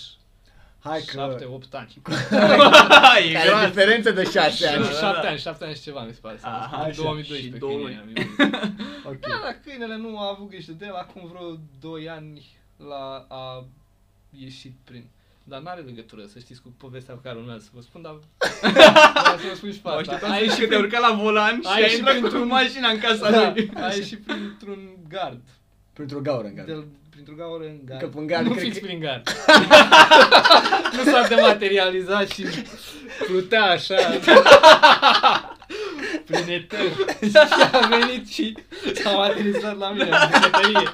Hai că...
șapte,
*laughs*
opt ani.
e
Care e
groază.
diferență de șase
Nu,
ani.
da,
șapte
da.
ani, șapte ani și ceva mi se pare.
Aha,
Aha, în
așa,
2012 câinele
și două luni.
am iubit.
*laughs*
Ok.
Da, dar câinele nu a avut grijă de el, acum vreo 2 ani la a ieșit prin... Dar n-are legătură, să știți, cu povestea pe care urmează să vă spun,
*laughs*
dar vreau să vă spun și pe
Mă
asta.
așteptam
A
să zici
ieșit,
că te-ai urcat la volan și
Ai
ai *laughs*
și
intrat cu
printr-un-
mașina în casa
da,
lui.
a ieșit printr-un gard
Printr-o gaură în gard.
De, printr-o gaură în gard.
Că în gard,
nu
cred
fiți
că-
prin
*laughs*
gard. nu s-a dematerializat și plutea așa. prin eter. și
Da.
a venit și s-a materializat la mine în bucătărie.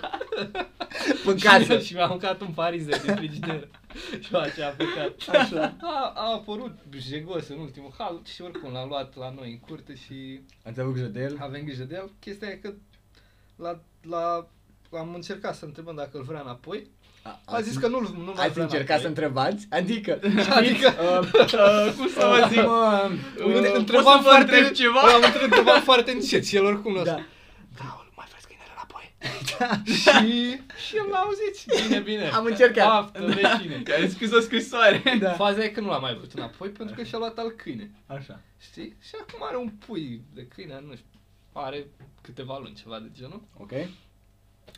În
Și-
casă.
și mi-a aruncat un parizer din frigider. și așa a plecat.
Așa.
A, a apărut jegos în ultimul hal și oricum l-am luat la noi în curte și
Ați avut grijă de el?
avem grijă de el. Chestia e că la, la, am încercat să întrebăm dacă îl vrea înapoi.
A-
A zis că nu-l nu mai
Ați
vrea
încercat
*laughs*
să
înapoi.
întrebați?
*laughs*
Adică... uh,
Adică
Cum să
vă zic?
ne-
zic?
Poți să vă întreb ceva?
Am întrebat *laughs* foarte încet și el oricum l-a
Da.
da. Gaul, mai vreți câinele *laughs* înapoi? și, și el l-a auzit. Bine, bine.
Am încercat.
Baftă, vecine.
Că ai scris o scrisoare. *laughs*
Da.
Faza e că nu l-a mai vrut înapoi pentru că și-a luat al câine.
Așa.
Știi? Și acum are un pui de câine, nu știu, are câteva luni, ceva de genul.
Ok.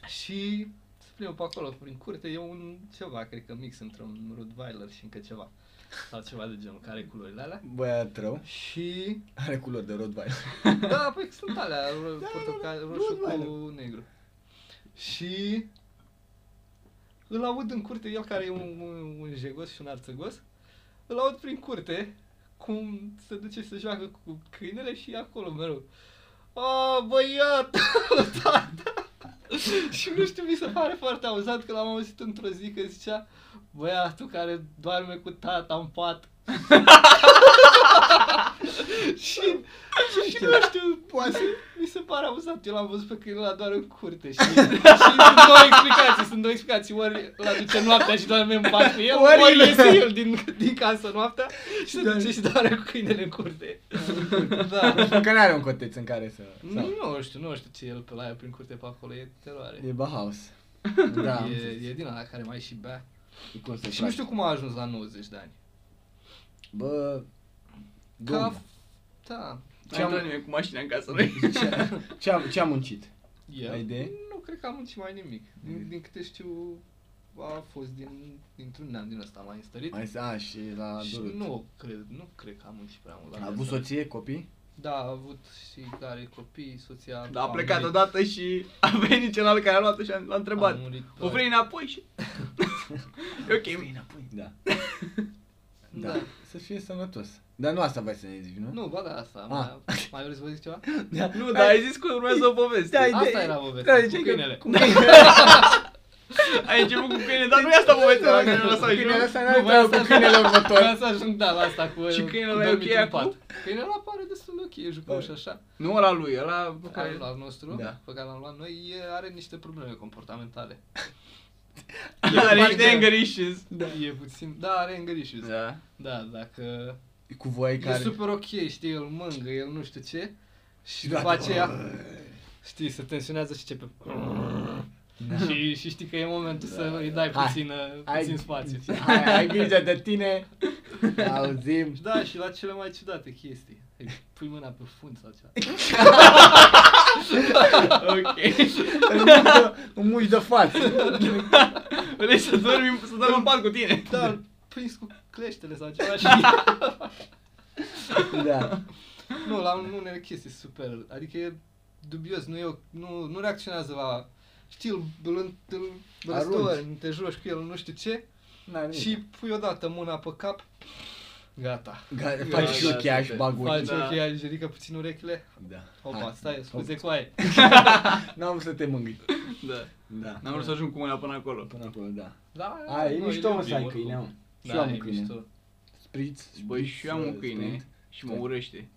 Și se plimbă pe acolo, prin curte, e un ceva, cred că mix între un Rottweiler și încă ceva. Sau ceva de genul, care are culorile alea.
Băiat rău.
Și...
Are culori de Rottweiler.
Da, păi sunt alea, ro-
Da,
portocal,
da, da,
roșu cu
Rottweiler.
negru. Și... Îl aud în curte, el care e un, un, un jegos și un arțăgos, îl aud prin curte, cum se duce și se joacă cu câinele și e acolo mereu. A, băiat, *laughs* tata! și nu știu, mi se pare foarte amuzant că l-am auzit într-o zi că zicea Băiatul care doarme cu tata în pat. *laughs* și, și, și nu știu,
Poate.
mi se pare amuzant. Eu l-am văzut pe câinele ăla doar în curte și, și sunt două explicații, sunt două explicații. Ori îl aduce noaptea și doarme în pat cu el, ori,
Ori-
ori iese el din, din casă noaptea și se
Da.
duce și doarme cu câinele în curte. *laughs* da.
Că n-are un coteț în care să... sau-
Nu știu, nu știu ce e el pe la aia prin curte pe acolo, e teroare.
E
*laughs*
Bauhaus. Da. am
e,
zis.
e din ala care mai și bea.
Cum să
Și nu știu cum a ajuns la 90 de ani.
Bă...
Ca...
Domnule,
Da.
Ce am nimeni cu mașina în casă noi.
*laughs* ce am, ce am muncit?
Yeah.
Ai idee? Mm.
Nu cred că am muncit mai nimic. Din, din câte știu, a fost din, dintr-un an din ăsta mai înstărit.
Mai a, și la
și
durut.
nu cred, nu cred că am muncit prea mult. la
A avut
asta.
soție, copii?
Da, a avut și care copii, soția.
Dar a
murit-
plecat odată și a venit celălalt care a luat-o și a- l-a întrebat.
A murit
O vrei înapoi și... *laughs* e ok.
*laughs*
Da.
Da.
da. Să fie sănătos. Dar nu asta vrei să ne zici, nu?
Nu, ba da, asta.
Ah.
Mai, mai vreți să vă zic ceva?
Da.
Nu, dar ai zis că urmează o poveste.
Da,
Asta
idee-
era povestea,
Da,
cu
ziceai că-
câinele.
Cu câinele.
Ai început cu câine, dar nu e asta
*laughs*
povestea la care l-a lăsat
Câinele
jos.
ăsta
Nu,
n-are
voiam
treabă
să
cu
*laughs*
câinele următor.
Vreau să ajung, da, la asta cu...
Și
cu
câinele ăla e
dormitul
ok
în pat.
acum?
Câinele ăla pare destul de ok, e jucăuș așa.
Nu ăla lui, ăla pe
Care
care...
al nostru,
Da.
pe care l-am luat noi, e- are niște probleme comportamentale.
Are niște
Parcă-
anger issues.
Da. E puțin, da, are anger issues. Da,
Da.
da dacă...
Cu voi
E
care...
super ok, știi, el mângă, el nu știu ce. Și
Da.
după aceea, știi, se tensionează și începe... Și, și știi că e momentul să îi dai
Da. Hai.
puțin, uh, puțin
*laughs*
spațiu.
Ai, ai grijă de
*laughs*
tine. Auzim.
Și da, și la cele mai ciudate chestii. Îi Pui mâna pe fund sau ceva.
Ok.
Îl muși de- Îl muși de
*laughs*
față.
Vrei să dormi, să dormi în pat cu tine.
Da, îl prins cu cleștele sau
*laughs*
ceva și...
Da.
nu, la un- unele chestii super, adică e dubios, nu, e, o- nu, nu reacționează la... Știi, îl, îl, îl
Arunci.
răstori, te joci cu el, nu știu ce,
N-ai nimic.
și pui odată mâna pe cap, gata.
Gata,
Da,
faci
da,
și ochii
da,
aș
da.
bag
Faci
ochii.
da.
Da.
ochii, ai ridică puțin urechile,
Da.
opa,
Hai.
stai, scuze, coaie.
N-am vrut să te mângâi.
Da.
Da.
N-am vrut să ajung cu mâna până acolo.
Până acolo, da.
Da,
A, e
nu,
mișto mă să ai
iubim
câine,
oricum.
mă. Și
Da,
eu am
e
un câine.
mișto.
Spritz, spritz,
Băi, și eu am un
uh,
câine
sprint.
și mă urăște.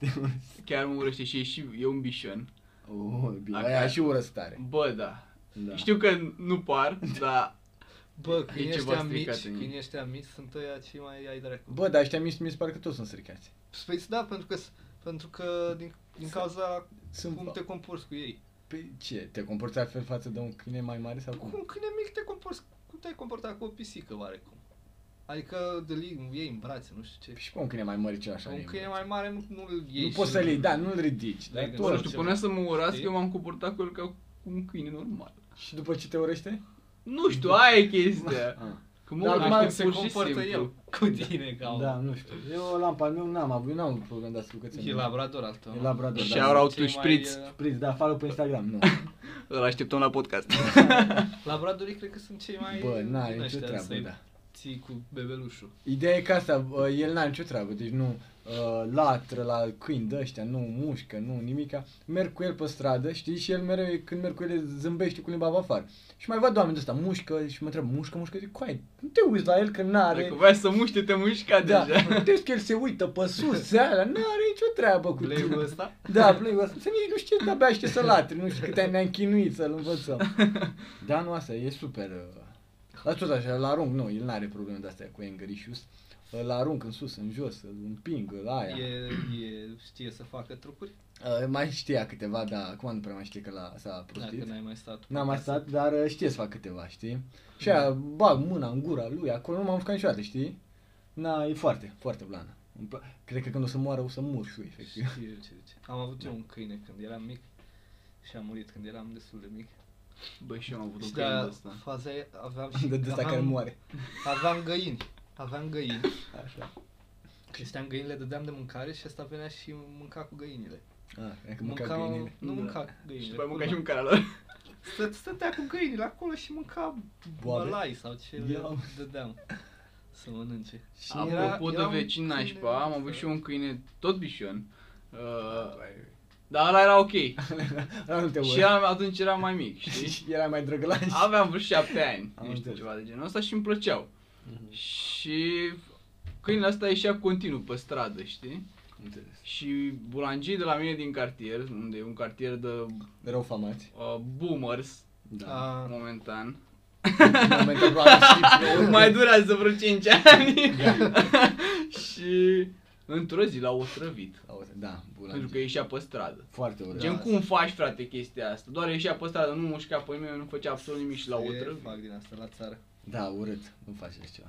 Chiar mă urăște și e și e un bișon.
Oh, bine,
Acum-
aia și urăstare.
Bă, da.
Da.
Știu că nu par, dar *laughs*
Bă,
E
câinii
ceva
ăștia mici,
stricat în ei.
câinii ăștia mici sunt ăia cei mai ai dracu.
Bă, dar ăștia mici, mi parcă toți sunt stricați.
Păi da, pentru că, pentru că din, din cauza
Sunt...
cum te comporți cu ei.
Păi ce, te comporți altfel față de un câine mai mare sau
Cu
cum?
un câine mic te comporți, cum te-ai comporta cu o pisică oarecum. Adică de li, iei în brațe, nu știu ce.
Și pe un câine mai mare ce așa
Un
e,
câine
bă.
mai mare nu, nu-l iei
Nu
și
poți să-l
nu-
iei, da, nu-l ridici.
Da,
Dar
e
tu
greu.
nu
ăla-
știu, până să mă urască,
Știi?
eu m-am comportat cu el ca cu un câine normal.
Și după ce te urăște?
*laughs*
Nu știu, aia e chestia.
Ah.
Că Că mă
Dar
uit
acum
cum
la
cum
se
pur și
comportă
simplu.
el cu tine ca
Da,
un
nu știu. Eu lampa meu n-am avut, eu n-am un program de asta cu cățel.
e labrador al tău.
E labrador,
Și
da.
aurau
Cei
tu
mai,
șpriț.
uh,
Priz, da, follow pe Instagram, nu.
Îl așteptăm la podcast.
Labradorii cred că sunt cei mai...
Bă, n-are
din
nicio
ăștia
treabă,
să-i
da.
Ții cu bebelușul.
Ideea e că asta, uh, el n-are nicio treabă, deci nu uh, latră la câini de ăștia, nu mușcă, nu nimica. Merg cu el pe stradă, știi, și el mereu, când merg cu el, zâmbește cu limba pe afară. Și mai văd oameni de ăsta, mușcă, și mă întreb, mușcă, mușcă, zic, coai, nu te uiți la el că n-are...
Dacă voia să muște, te mușca
Da, *laughs*
deja.
deci că el se uită pe sus, se alea, n-are nicio treabă cu
Blame-ul
tine.
ăsta?
Da, plâng, să nici nu știe, de-abia știe să latri, nu știu câte ani ne-am chinuit să-l învățăm. Da, nu, asta e super. uh, Dar tot așa, îl arunc, nu, el n-are probleme de astea cu anger issues. Îl arunc în sus, în jos, îl împing, îl aia.
E, e, știe să facă trucuri?
Uh, mai știa câteva, dar acum nu prea mai știe că la, s-a
Dacă
prostit.
n-ai mai stat.
N-am mai stat, dar uh, știe să fac câteva, știi? Și aia bag mâna în gura lui, acolo nu m-am jucat niciodată, știi? Na, e foarte, foarte blană. Îmi pla- Cred că când o să moară o să mor și eu, efectiv.
Știu eu ce zice. Am avut eu un câine când eram mic și a murit când eram destul de mic.
Bă, și eu am avut o
Și
câine de
da,
asta.
faza e,
*laughs*
aveam și...
De ăsta
aveam-
care moare.
Aveam găini. Aveam găini.
Așa.
Creșteam găini, le dădeam de mâncare și ăsta venea și mânca cu găinile.
Ah, cred că mânca găinile.
Nu
Da.
mânca găinile.
Și după aia mânca
culmea.
și mâncarea lor.
Stă- Stătea cu găinile acolo și mânca
Boabe?
bălai sau ce le
Ia.
dădeam să mănânce. Și
*laughs*
Apropo de
un
vecini
câine-
nașpa, am avut și eu un câine tot bișon. Uh, dar ăla era ok.
Ăla nu te
Și
ură.
eram, atunci eram mai mic, *laughs* știi?
*laughs* Era mai drăgălaș.
Aveam vreo șapte ani,
Am
nu știu
înțeles.
ceva de genul ăsta și îmi plăceau. Și câinele ăsta ieșea continuu pe stradă, știi?
Înțeles.
Și bulangii de la mine din cartier, unde e un cartier de
Rău famați.
uh, boomers, Ah.
Da.
A,
momentan.
În momentul probabil
*laughs*
și...
Mai durează vreo 5 ani.
Da.
și într-o zi l-au otrăvit.
Auzi, Da,
Pentru că
bulange.
ieșea pe stradă.
Foarte urât.
Gen, cum faci, frate, chestia asta? Doar ieșea pe stradă, nu mușca pe nimeni, nu făcea absolut nimic și la
se
otrăvit.
Fac din asta la țară.
Da, urât, nu faci așa ceva.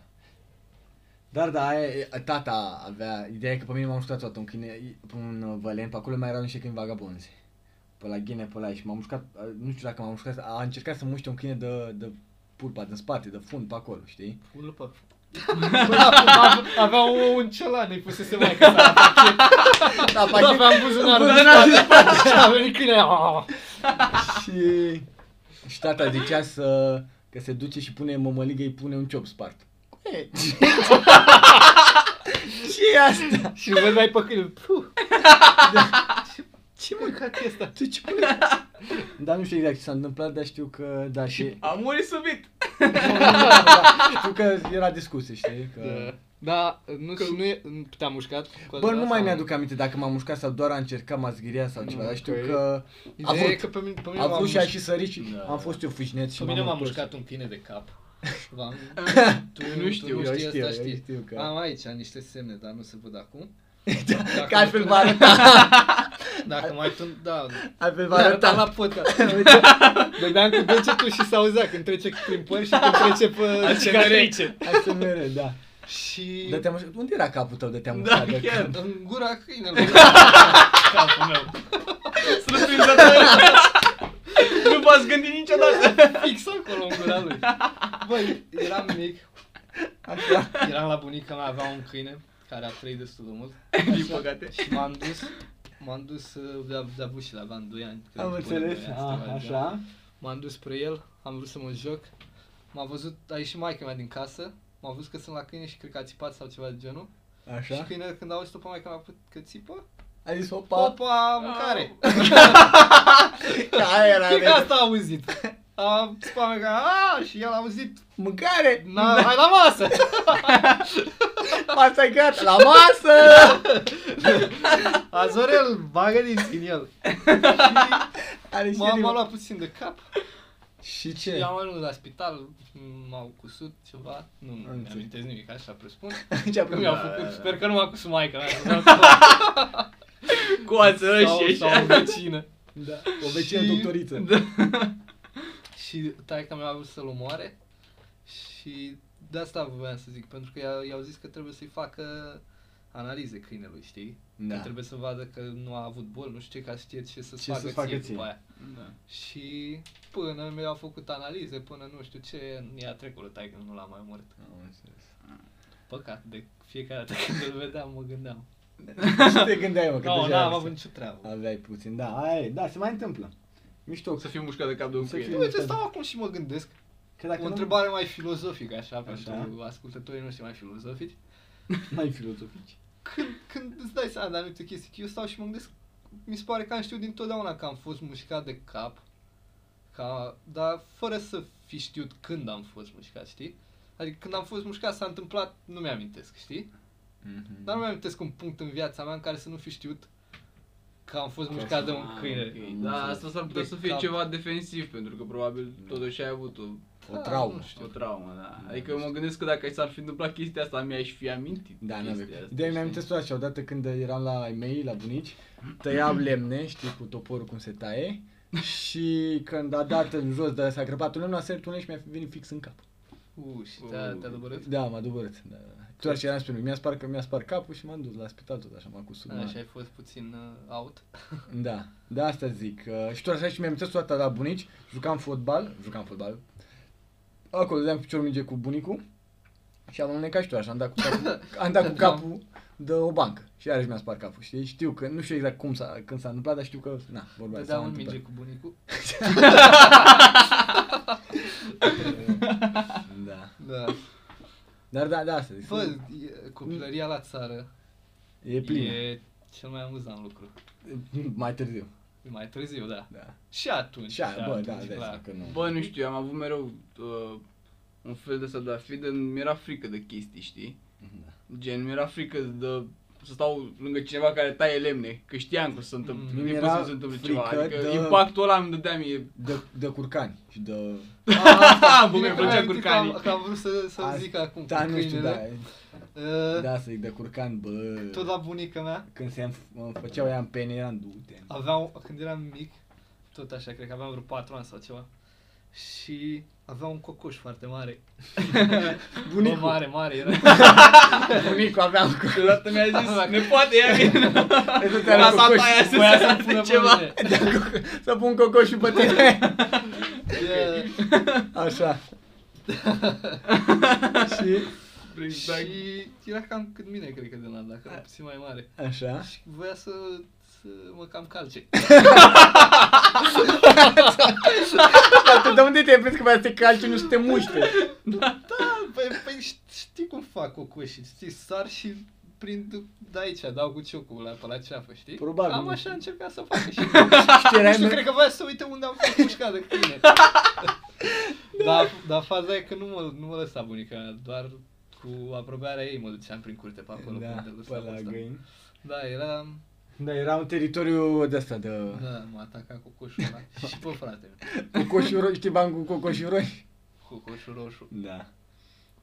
Dar da, aia, e- tata avea, ideea e că pe mine m-am mușcat tot un câine, pe un uh, vălen, pe acolo mai erau niște câini vagabonzi. Pe la ghine, pe la aici. M-am mușcat, uh, nu știu dacă m-am mușcat, a încercat să muște un câine de, de pulpa din spate, de fund, pe acolo,
*laughs*
știi?
Pulpă. Avea un celan, îi pusese mai că
Da,
aveam buzunarul în
Buzunarul
spate. Și a venit câine.
*laughs* și, și tata zicea să, că se duce și pune mămăligă, îi pune un ciop spart. Ei, *laughs* Ce e asta?
Și îl vedeai pe câine. Puh. Ce- Ce mâncat e asta?
Tu ce pune? Dar nu știu exact ce s-a întâmplat, dar știu că, da,
*laughs*
și... da,
A murit subit!
Știu că era discuție, știi? Că...
Da, nu, nu, e, nu te-am mușcat.
Da.
cu
Bă, nu
adevărat,
mai
sau-
mi-aduc aminte dacă m-am mușcat sau doar a încercat mazghiria sau ceva,
Nu,
dar știu
că e-
că a
Ideea e
vrut,
că pe mine, pe mine
a
m-am
vrut și a
mușcat.
și sărit și
Da.
am fost eu fâșneț și
Pe mine m-am
întors.
mușcat un câine de cap. *laughs* V-am-
Tu
tu
nu știu.
eu
știi,
știu,
asta
eu
știi.
știu că-
Am aici niște semne, dar nu se văd acum. *laughs* Da,
Că altfel
*laughs*
va arăta,
Dacă mai tun, *laughs* da,
altfel va
va arăta
*laughs* arăta.
la podcast. *laughs* Dădeam cu degetul și se auzea când trece prin păr și când trece pe cicatrice.
Asta mereu, da.
Și
Dar te-am mușcat. Unde era capul tău de te-am
Da,
mușcat? de
chiar!
când?
în gura
*laughs*
câinelui. Capul meu.
Surprinzător! *laughs* Nu v-ați gândit niciodată!
Fix acolo în gura lui. Băi, eram mic,
Așa.
eram la bunica mea, avea un câine care a trăit destul de mult.
Din păcate.
Și m-am dus, m-am dus uh, de-a, de-a bușile, aveam 2 ani. cred,
Am
până
înțeles,
doi ani,
a,
ceva de genul.
așa.
M-am dus spre el, am vrut să mă joc. M-a văzut, a ieșit maica mea din casă, m-a văzut că sunt la câine și cred că a țipat sau ceva de genul. Și
Așa.
câine, când a auzit-o pe maica mea "Păi, că țipă,
Ai zis opa.
popa, mâncare.
Aia era.
Cred că
adică,
*laughs* asta a auzit. A țipat maica mea, a, și el a auzit,
Mâncare.
na, hai la masă. *laughs*
Masa e gata. La masă.
Azorel, bagă din în
*laughs*
el.
Are și
Și m-a,
el-
m-a luat puțin de cap.
Și
Și
ce? *laughs*
am ajuns la spital, m-au cusut ceva, nu mi
Înțeleg. Da.
amintesc nimic, așa
*laughs*
presupun.
Ce-a
Că mi-au
plăcut?
făcut, sper că nu m-a cusut maica
*laughs*
mea,
Coață
sau,
rășie
sau o
așa.
vecină.
Da. O vecină
Și-
*laughs* doctoriță.
Da.
Și taica mea a vrut să-l omoare și de asta voiam să zic, pentru că i-au, i-au zis că trebuie să-i facă analize câinelui, știi? Da.
Da.
Că trebuie să vadă că nu a avut bol, nu știu ce, ca să știe ce să-ți
Ce
facă,
să-ți
ție
facă ție.
după aia.
Da.
Și până mi-au făcut analize, până nu știu ce, i-a trecut tai că nu l-a mai omorât.
Am înțeles.
Păcat, de fiecare dată când îl vedeam mă gândeam.
Ce te gândeai, mă, că
Nu, *laughs* no, da,
deja
n-am
aveai-
avut nicio treabă.
aveai puțin, da, aia e, da, se mai întâmplă. Mișto,
Să fiu mușcat de cap de un
Să
câine.
fiu-
Păi, Uite, stau acum și mă gândesc.
că dacă
o
nu
întrebare mai filozofică, așa, pentru
Așa.
ascultătorii noștri mai filozofici.
mai filozofici.
Când, când îți dai seama de anumite chestii, că eu stau și mă gândesc, mi se pare că am știut dintotdeauna că am fost mușcat de cap, ca, dar fără să fi știut când am fost mușcat, știi? Adică când am fost mușcat s-a întâmplat, nu mi-amintesc, știi? Dar nu mi-amintesc un punct în viața mea în care să nu fi știut că am fost
Că
mușcat de
sunt-
un
Ah,
câine.
ok. Da, asta s-ar putea
De
să fie
cap.
ceva defensiv, pentru că probabil totuși ai avut o,
O
Da,
traumă.
nu știu.
o traumă, da.
Da,
Adică
nu
mă gândesc că dacă s-ar fi întâmplat chestia asta, mi-aș fi amintit
Da, nu
chestia
avem.
asta,
De mi am
știi?
testat așa, odată când eram la ai mei, la
*clears throat*
bunici, tăiam lemne, știi, cu toporul cum se taie, și când a dat în jos, dar s-a crăpat un lemn, a sărit un lemn și mi-a venit fix în cap.
U, și te-a,
U.
te-a doborât?
Da, m-a doborât. Da. Doar ce eram spre mi-a spart, mi-a spart capul și m-am dus la spital tot așa, m-a cusut.
Da,
m-a-
și ai fost puțin uh, out.
Da, da, asta zic. Uh, și tot așa și mi-am testat la bunici, jucam fotbal, jucam fotbal. Acolo dădeam cu piciorul minge cu bunicul și am alunecat și tot așa, am dat cu
*laughs*
capul, am dat cu
Da.
capul de o bancă și iarăși mi-a spart capul, știi? Știu că, nu știu exact cum s-a, când s-a întâmplat, dar știu că, na, vorba aia
Dădea
s-a
un
întâmplat.
minge cu bunicul.
Da.
Da.
Dar da, da, asta zic.
Bă, e- copilăria la țară
e plin. E...
e cel mai amuzant lucru.
Mai târziu.
E Mai târziu, da.
Da.
Și atunci.
Și aia, bă, da,
atunci,
da,
clar.
că nu.
Bă, nu știu, am avut mereu uh, un fel de sadafidă, mi-era frică de chestii, știi?
Da.
Gen, mi-era frică de să stau lângă cineva care taie lemne, că știam că o să se întâmplă,
Mm.
mm, e
Mi-era
posibil să se întâmple ceva,
frică
adică
de-
impactul ăla îmi dădea mie,
De, de curcani și de...
*laughs*
ha, bă,
Bine
mi-a
că mi-ai
plăcea
amintit că am-
curcanii.
Că am vrut să, să
Asta-
zic acum
Da, nu știu, da,
câinele. Uh,
da, să zic de curcan, bă.
Tot la bunica mea
Când se îmi făceau ea în pene, eram
*laughs*
du-te.
aveam, când eram mic, tot așa, cred că aveam vreo 4 ani sau ceva. Și avea un cocoș foarte mare. Bă,
*laughs* Bunicul,
mare, mare
*laughs*
era.
bunicul aveam cu...
Câteodată mi-a
Da,
*laughs* zis, ne poate ia *laughs* mine,
Te-a luat
la sata
cocoș.
aia să
Voia
se
să-mi pună
arate
pe
ceva.
mine.
Să pun cocoșul pe tine.
*laughs* E, *laughs*
Așa. și...
Prin
Exact.
bac.
Și era cam cât mine, cred că, de la dacă era puțin mai mare.
Așa.
Și voia să, să mă cam
*laughs*
calce.
Dar tu de unde te-ai prins că mai să te calci, nu să te muște?
Da, păi, păi ș- știi cum fac cocoșii, știi, sar și prind de aici, dau cu ciocul la, pe la ceafă, știi?
Probabil.
Am așa încercat să fac și
*laughs* Știi,
Da, nu
erai
știu,
mereu-
cred că voia să uite unde am fost mușcat de
*laughs*
câine. Dar, dar faza e că nu mă, nu mă lăsa bunica mea, doar cu aprobarea ei mă duceam prin curte pe acolo.
Da,
pe unde
pe
lăsam
la
asta.
găini.
Da, era...
Da, era un teritoriu de ăsta, de
Da, m-a atacat cocoșul
*laughs*
ăla și pe fratele.
cocoșul roșu, știi bancul cocoșul roșu?
Cocoșul roșu.
Da.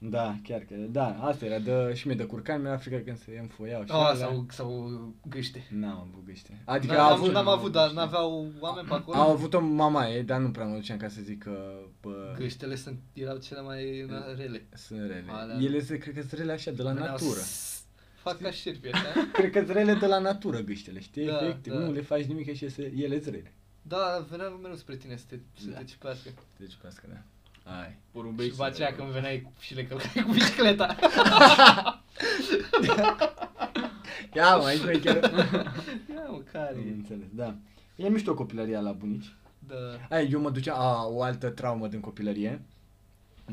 Da, chiar că, da, asta era de, și mie de curcan, mi-era frică când se înfoiau și
Ah,
alea.
sau, sau gâște. Da,
N-am avut găște. Adică
N-am-
a avut...
N-am avut, dar n-aveau oameni pe acolo.
Au avut-o mama ei, dar nu prea mă duceam ca să zic că bă,
Gâștele sunt, erau cele mai
Da.
na- rele.
sunt rele.
Alea-
Ele se, cred că sunt rele așa, de la
Veneau
natură.
s- Fac ca șerpi așa.
Cred că sunt rele de la natură gâștele, știi?
Da,
Efectiv,
da.
nu le faci nimic și se, ele sunt rele.
Da, veneau mereu spre tine să te, să
Da.
te ciupească.
Deci, pască, da. Ai.
Porumbei
Și după aceea
să-
când veneai cu- și le călcai cu bicicleta.
Ia, mai e chiar.
*laughs* Ia mă, care
Am
e?
înțeles, da. E mișto copilăria la bunici.
Da.
Aia, eu mă duceam, a, o altă traumă din copilărie.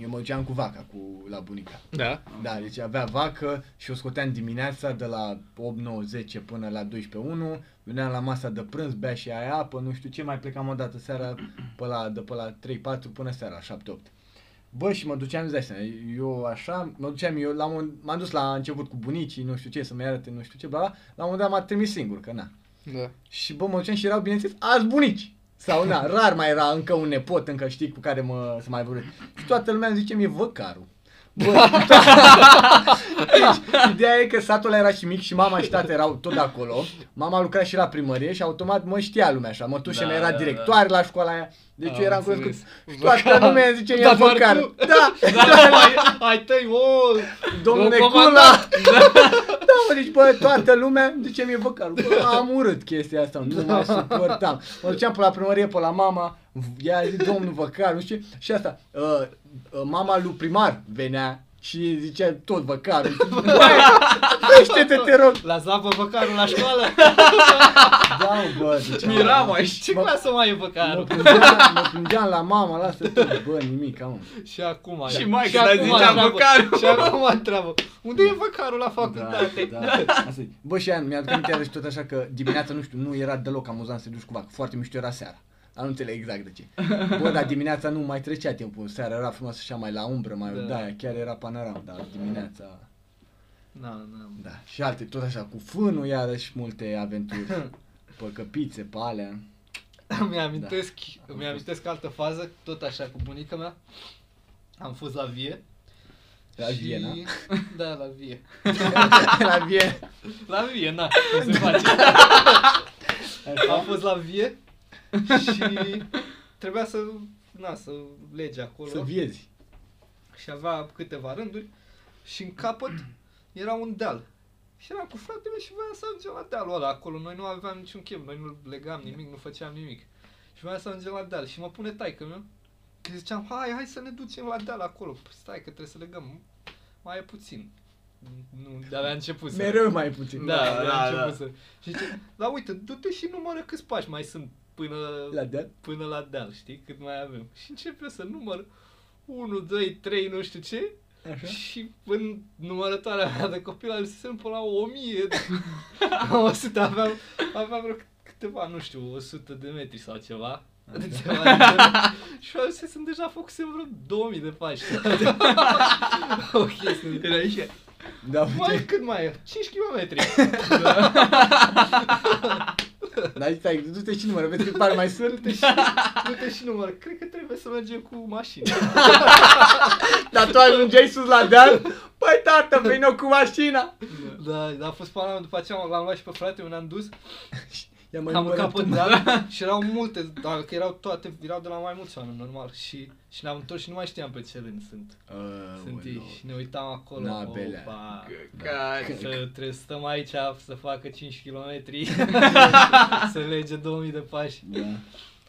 Eu mă duceam cu vaca cu, la bunica.
Da.
Da, deci avea vacă și o scoteam dimineața de la 8, 9, 10 până la 12, 1. Veneam la masa de prânz, bea și aia apă, nu știu ce, mai plecam o dată seara pe la, de pe la 3, 4 până seara, 7, 8. Bă, și mă duceam, îți dai seama, eu așa, mă duceam, eu la un, m-am dus la început cu bunicii, nu știu ce, să-mi arate, nu știu ce, bla, bla, la un moment dat m-a trimis singur, că na.
Da.
Și bă, mă duceam și erau, bineînțeles, alți bunici. Sau na, rar mai era încă un nepot, încă știi, cu care mă, să mai vorbesc. Și toată lumea îmi zice, mie văcarul. Bă, da. deci, ideea e că satul ăla era și mic și mama și tata erau tot acolo. Mama lucra și la primărie și automat mă știa lumea așa. Mătușa
Da,
mea era
da,
directoare la școala aia. Deci
Am
eu eram
înțeles.
cunoscut. Și toată lumea îmi zice,
Dar
mie
doar
văcar.
tu?
Da,
Da, ai, ai tăi, o,
domnule
Domnul
Cula.
comandat.
Da, mă, deci, bă, toată lumea, zice mie, bă, Caru, bă, am urât chestia asta, nu mai suportam. Mă duceam pe la primărie, pe la mama, ea zice, domnul Văcar, nu știu ce, și asta, uh, uh, mama lui primar venea și zicea tot *laughs* Văcarul, crește-te, te rog.
La zapă păcarul la
*laughs*
școală?
Da, bă, deci,
Miram aici.
Ce
Mă-
clasă mai e
Mă
păcarul?
plângeam, mă plângeam la mama, lasă tot, bă, nimic, am.
Și acum
Și
ia.
maică ta
acum
zicea,
întreabă-
"Văcarul."
Și acum întreabă, unde e văcarul la facultate?
Da, da. Asta e. Bă, și aia mi-aduc aminte iarăși tot așa că dimineața, nu știu, nu era deloc amuzant să te duci cu vac. Foarte mișto era seara. Dar nu înțeleg exact de ce. Bă, dar dimineața nu mai trecea timpul. Seara era frumoasă așa mai la umbră, mai da.
Da.
da chiar era panoram, dar dimineața...
Na, na.
Da, și alte, tot așa, cu fânul iarăși multe aventuri. *laughs* Pe căpițe, pe alea.
*laughs* Îmi amintesc,
Da.
îmi amintesc altă fază, tot așa cu bunica mea. Am fost la vie.
La
și-
Viena.
*laughs* Da, la vie.
*laughs* la vie.
La vie, na, cum se
*laughs*
face. Am fost la vie și trebuia să, na, să lege acolo.
Să viezi.
și avea câteva rânduri și în capăt era un deal. Și eram cu fratele și voiam să ajungem la dealul ăla acolo. Noi nu aveam niciun chem, noi nu legam nimic, nu făceam nimic. Și voiam să ajungem la deal și mă pune taică meu. Că ziceam, hai, hai să ne ducem la deal acolo. Păi stai că trebuie să legăm. Mai e puțin. Nu, de-abia a început să...
Mereu mai puțin.
Da, da,
Da,
da,
da.
da. Să... Și zice, da, uite, du-te și numără câți pași mai sunt până
La deal.
până la deal, știi, cât mai avem. Și încep eu să număr 1, 2, 3, nu știu ce,
Așa.
și în numărătoarea mea de copil ajunsesem până la 1000, de- 100, aveam, aveam vreo câteva, nu știu, 100 de metri sau ceva. De *laughs* ceva de genul. și eu ajunsesem deja făcusem vreo 2000 de pași. o chestie.
Era aici.
Da,
Mai
uite.
cât mai e? 5 km.
Dar stai, du-te și numără, vezi cât par mai
Du-te
sunt.
și, du-te și număr. Cred că trebuie să mergem cu mașina.
Dar tu ajungeai sus la deal? Păi tată, vino cu mașina!
Da, dar a fost pana mea, după aceea l-am luat și pe frate, ne-am dus,
Ia
am urcat pe deal și erau multe, dar că erau toate, erau de la mai mulți oameni, normal, și, și ne-am întors și nu mai știam pe ce rând sunt,
Ah,
sunt ei și ne uitam acolo,
Na, belea.
opa,
Care-
să, trebuie să stăm aici să facă 5 km, să lege 2000 de pași.
Da.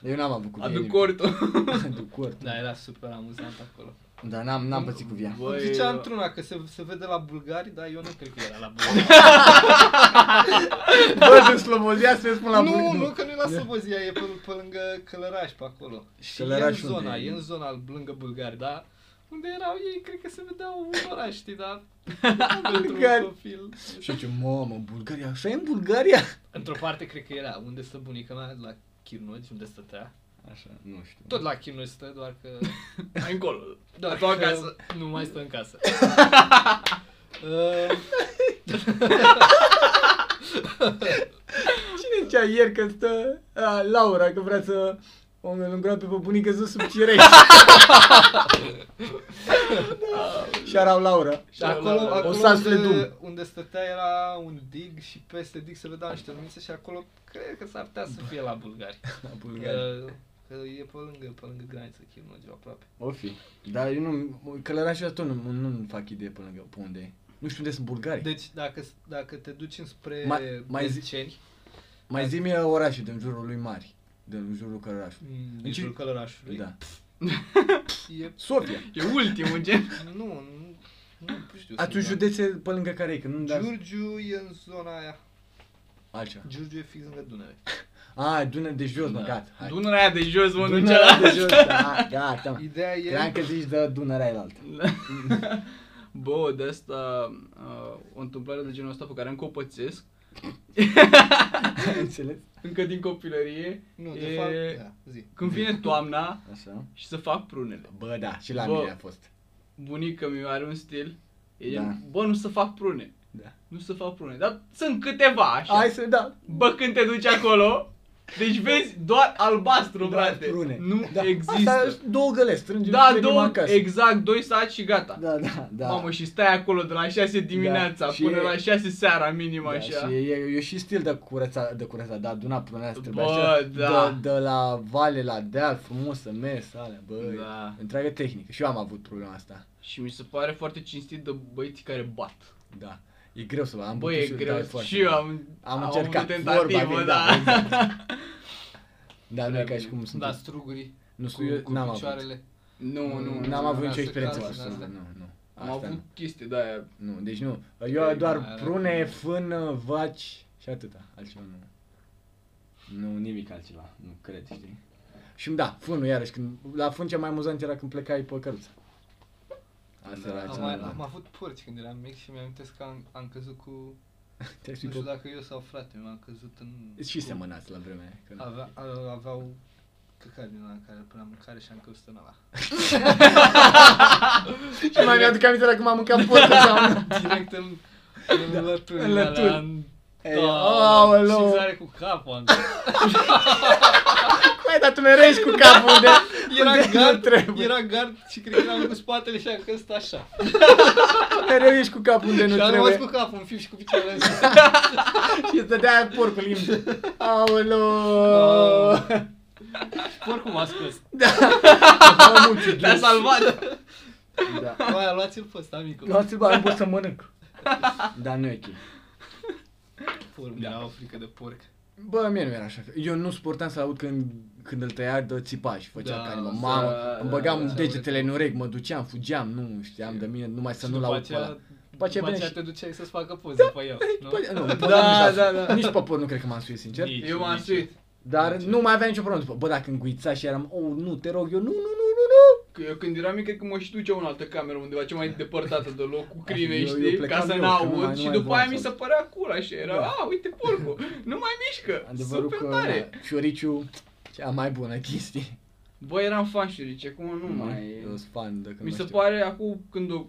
Eu n-am avut cu
Aduc
vie *laughs*
cortul. *laughs*
nimic. Aduc cort.
Da, era super amuzant acolo.
Dar Da, n-am, n-am pățit cu via.
Băi,
Băi,
zicea
eu-
într-una că se, se vede la bulgari, dar eu nu cred că era la bulgari.
Bă, *laughs* de Slobozia să vezi până la
nu,
Burg,
nu, că nu e la Slobozia, e pe, pe lângă Călăraș, pe acolo. Și
Călăraș
e în zona,
unde e?
e? în zona lângă Bulgari, da? Unde erau ei, cred că se vedeau un oraș, știi, da? Într-un
Bulgari.
copil.
Și eu ce, mamă, Bulgaria, așa e în Bulgaria?
Într-o parte, cred că era. Unde stă bunica mea? La Chirnogi, unde stătea?
Așa, nu știu.
Tot la Chirnogi stă, doar că...
Mai încolo.
Doar
Tu acasă.
Nu mai stă în casă. Uh,
Cine zicea ieri că stă a, Laura, că vrea să o îngroape pe bunică sus sub cireș? *laughs* Și arau Laura.
și acolo,
O
acolo
salsă de
unde,
dum.
unde stătea era un dig și peste dig se vedeau niște lumințe și acolo cred că s-ar putea să fie la bulgari.
La
Că, că e pe lângă, pe lângă graniță, Chirnogiu, aproape.
O fi. Dar eu nu, călărașul tot nu, nu, nu fac idee până lângă pe unde e. Nu știu unde sunt bulgarii.
Deci dacă, dacă te duci înspre
Mai-
mai,
mai
mai
zi-
Bezceni,
Mai zi-mi orașul din jurul lui Mari, din jurul călărașului.
în
Mm, În ce-
jurul călărașului,
Da.
e,
Sofia.
E ultimul gen.
nu, nu, nu știu.
Atunci
sunt,
județe pe lângă care e, că nu-mi
da.
dați
Giurgiu e în zona aia.
altceva.
Giurgiu e fix lângă Dunăre.
A, Dună de jos, mă,
Da.
gata. hai.
Dunărea aia de jos, mă, nu
Dunărea
cealaltă.
de jos, da, gata. mă.
Ideea e...
Cream că zici de Dunărea
*laughs*
elaltă.
Bă, de asta uh, o întâmplare de genul ăsta pe care încă o pățesc,
Înțeles?
încă din copilărie,
Nu, de
e-
fapt, da, zi.
când vine toamna
Așa.
și să fac prunele.
Bă, da, și la
Bă.
mine a fost.
Bunica mi are un stil, e
Da.
da. bă, nu să fac prune.
Da.
Nu să fac prune, dar sunt câteva așa.
Hai să, da.
Bă, când te duci acolo, deci vezi doar albastru,
Doar
frate.
prune.
Nu
da.
există.
Asta, două găle, strângem și
da,
plecăm
două,
acasă.
exact, doi saci și gata.
Da, da, da.
Mamă, și stai acolo de la 6 dimineața
Da, și-
până la 6 seara minim
da,
așa.
Și e, e, și stil de curăța, de curăța, da, aduna prunea să trebuie
Bă,
așa,
da.
de, de, la vale la deal, frumos să mergi, alea, bă,
Da.
întreagă tehnică. Și eu am avut problema asta,
Și mi se pare foarte cinstit de băieții care bat.
da. E greu să am
Băi,
putut
e
să-l
greu.
dai foarte
Și eu
greu.
am,
Am
avut
încercat
o tentativă,
vorba, exact.
da.
Dar nu e
Prea
ca și
bine.
cum
Sunt
sunt.
da, struguri
Nu
cu,
știu, eu
cu
n-am avut.
picioarele.
*laughs* nu, nu,
Mm, N-am avut nicio
Asta e
experiență cu
cazul,
sună,
asta.
nu, nu.
Am
Asta
avut
nu.
chestii de-aia.
Nu, deci nu. Eu
Ei,
doar
mai arată
prune,
bine.
fân, vaci și atâta. Altceva nu. Nu, nimic altceva. Nu cred, știi? Și da, fânul iarăși. Când, la fân cea mai amuzant era când plecai pe căruță. Asta
Da,
era cea
Am,
mai
mai, am
amuzant.
avut porci când eram mic și mi-am amintesc că am, am căzut cu... Nu
Te-ai
știu
fi
dacă eu sau frate, mi-am căzut în...
pe- Și semănați la vremea aia. că nu.
Avea, a- aveau căcat din ăla care până la mâncare și am căzut în ăla.
Și mai mi-aduc aminte dacă m-am
*laughs*
mâncat porcă sau
Direct în, în da. lături.
în
în alea,
lături.
în-
Ei,
Doamne,
aoleu.
Și zare cu capul. am-
Mai, dar tu mereu ești cu capul *laughs* unde,
Era
unde nu
gard,
trebuie.
era gard și cred că eram cu spatele și am căzut așa.
Mereu ești cu capul unde nu
și am rămas
trebuie.
cu capul în fiu și cu picioarele
*laughs*
în sus.
Și îți dădea porcul limbi.
*laughs*
Aoleu. Oh.
Aoleu. Oricum a scos.
Mamă, ce
Te-a
ghis.
salvat!
Da.
Aia, luați-l pe ăsta, micu.
Luați-l, bă, am vrut să mănânc. Dar Da, nu e ok.
Porc, mi-era o frică de porc.
Bă, mie nu era așa. Eu nu suportam să aud când, când îl tăia de țipa și făcea
Da,
da, ca mă.
să-
Mamă, îmi băgam
da, da,
degetele
da.
în urechi, mă duceam, fugeam, nu știam de mine, numai să
Și
nu-l
după
aud pe
aceea,
ăla.
după aceea,
vine și-
te duceai să-ți facă poze pe el, nu?
Păi, nu, da,
Da,
da, da,
da, da.
Nici pe porc nu cred că m-am suit, sincer.
Nici.
Deci, Eu m-am suit.
Dar nu mai avea nicio problemă după. Bă, dacă înghuița și eram, oh, nu, te rog, eu, nu, nu, nu, nu, nu.
Că eu când eram mic, cred că mă și ducea în altă cameră undeva cea
*laughs*
mai depărtată de locul crimei,
Eu- eu
știi?
plecam
ca să
eu, că nu mai-
n-aud
nu
și
mai
după
voiam
aia mi
să
se părea cool așa, era,
Da.
a, uite porcul,
*laughs*
nu mai mișcă,
Adevărul
super
că
tare.
da, Fioriciu, cea mai bună chestie.
Bă, eram fan șurici, acum nu mai...
Eu sunt fan de când
Mi
nu
se
știu.
pare acum când o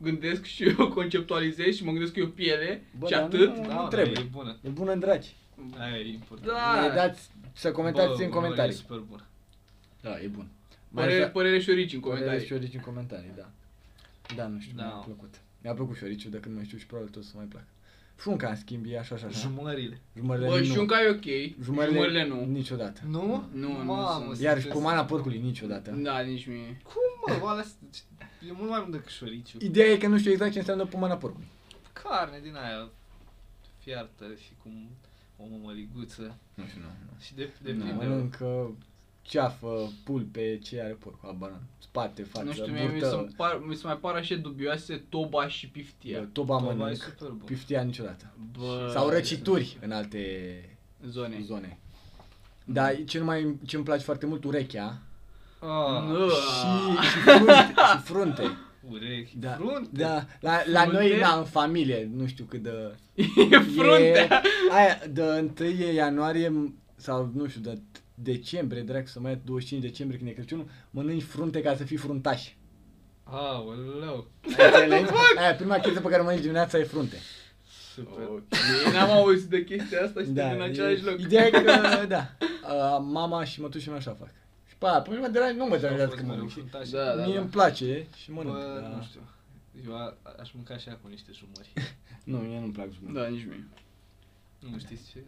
gândesc și eu *laughs* conceptualizez și mă gândesc că e o piele
Bă,
și
dar
atât.
nu-
Da,
trebuie.
trebuie. e bună.
E bună în dragi.
Aia e important.
Da.
Ne dați să comentați
Bă,
în
bă,
comentarii.
E super bună.
Da, e bun. Mai
Părere,
sta-
părere șurici Păi, în
comentarii.
comentarii.
și orici în comentarii, da. Da, nu știu,
Da.
mi-a plăcut. Mi-a plăcut șoriciu, de când mai știu și probabil tot o să mai plac. Frunca, în schimb, e așa și așa.
Jumările.
Jumările
Bă,
nu.
șunca e ok,
Jumările,
jumările nu.
Niciodată.
Nu?
Nu, nu
Mamă,
sunt.
sunt
Iar și
des-
pomana porcului, niciodată.
Da, nici mie.
Cum, mă, alea sunt- e mult mai mult decât șoriciu.
Ideea e că nu știu exact ce înseamnă pomana porcului.
Carne din aia fiartă și cum o mămăliguță
Nu știu, nu. nu.
și de, de
Nu,
prinde.
mănâncă ceafă, pulpe, ce are porcul, habar n-am. Spate, față,
Nu știu, mie mi se,
burtă.
par, mi se mai par așa dubioase toba și piftia.
Eu Toba
Toba e
mănânc,
super bun.
piftia niciodată.
Bă,
Sau răcituri în alte
Ă, Zone.
zone. Dar cel mai ce îmi place foarte mult urechea
Ah,
Nu.
și, și, frunte, și frunte.
urechi,
Da,
frunte.
da. La, la
Frunte?
noi, da, în familie, nu știu cât de...
*laughs* E fruntea.
E, aia, de 1 ianuarie sau nu știu, de decembrie, dracu, să mai e 25 decembrie când e Crăciunul, mănânci frunte ca să fii fruntaș.
Aoleu,
*laughs*
Ai înțeles? Aia, prima chestie pe care o mănânci dimineața e frunte.
super.
Oh.
Ok, N-am auzit de chestia asta și da, din
e-
același loc.
Ideea e că, da, a, mama și mătușa mea așa fac. Și pe aia, până mă deranjează, nu mă deranjează că mănânc. știi?
Fruntaș.
Da, da,
Mie
da.
îmi place și mănânc. da.
Bă,
dar-
nu știu. Eu a- aș mânca și acum niște jumări. *laughs*
Nu, mie nu-mi plac jumări.
Da, nici mie.
Nu știți ce?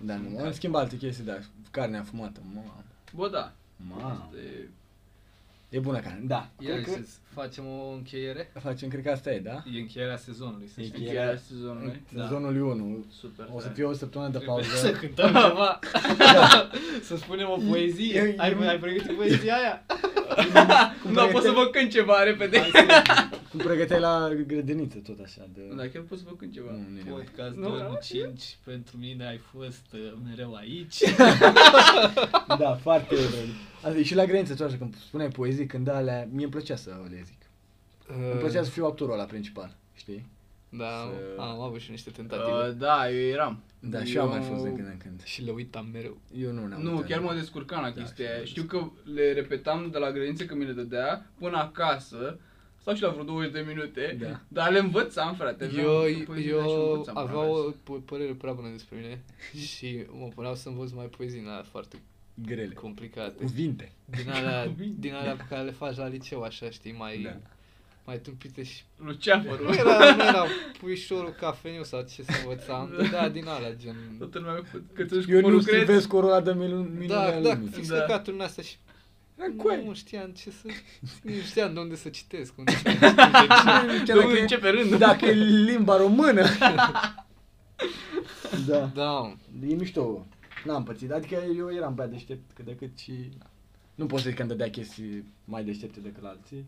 Da, nu. În schimb alte chestii, da, carnea fumată, mamă.
Bă, da.
Mamă.
Este...
E bună carne, da.
Ia
Cred că
să facem o încheiere.
facem, cred că asta e, da?
E încheierea sezonului, să
E
știi.
Încheierea sezonului.
Da.
Sezonul 1.
Super.
O să
tare.
fie o săptămână de
Trebuie
pauză.
să
*laughs*
cântăm *laughs* ceva, să spunem o poezie.
Eu-
ai,
eu-
ai pregătit poezia aia?
Cum Da.
Nu, Da, pot să
pregăteai-
vă cânt ceva repede.
Cum pregăteai la grădiniță tot așa de...
Da, chiar pot să vă cânt ceva.
Nu, nu Mm, e nevoie.
Podcast
Nu.
5, pentru mine ai fost uh, mereu aici.
Da, foarte rău. Asta e și la grădiniță tot așa, când spuneai poezii, când alea, mie îmi plăcea să le zic.
Ehm.
Îmi plăcea să fiu actorul ăla principal, știi?
Uh, Da,
să-
am avut și niște tentative.
Uh, da, eu eram.
Da, și eu am mai fost de când în când.
Și le uitam mereu.
Eu nu ne-am
Nu,
uitat.
chiar mă descurcam la
Da,
chestia aia.
și-
Știu că le repetam de la grădință că mi le dădea până acasă. Stau și la vreo 20 de minute,
Da.
dar le învățam, frate. Aveam
Eu,
poezie de aia și
eu
învățam
aveam
până
o
acasă.
p- părere prea bună despre
*laughs*
mine și mă puneau să învăț mai poezii din alea foarte
Grele.
*laughs*
complicate.
Cuvinte.
Din alea, din alea pe care le faci la liceu, așa, știi, mai,
Da.
mai tâmpite
*laughs*
și... Nu
*laughs*
Luceafărul.
era, nu era puișorul cafeniu sau ce să învățam,
*laughs*
da, din alea, gen...
Toată lumea că tu
Eu nu
lucrezi.
strivesc cu ăla de minune
Da, da,
lumii.
fix
Da.
da. căcatul în asta și
Coi.
Nu știam ce să... Nu știam de unde să citesc. Unde să
Chiar
Nu,
dacă, e-
începe rândul.
dacă e limba
*laughs*
română. da.
Da.
E mișto. N-am pățit. Adică eu eram băiat deștept cât de cât și... Nu pot să zic că îmi dădea chestii mai deștepte decât la alții.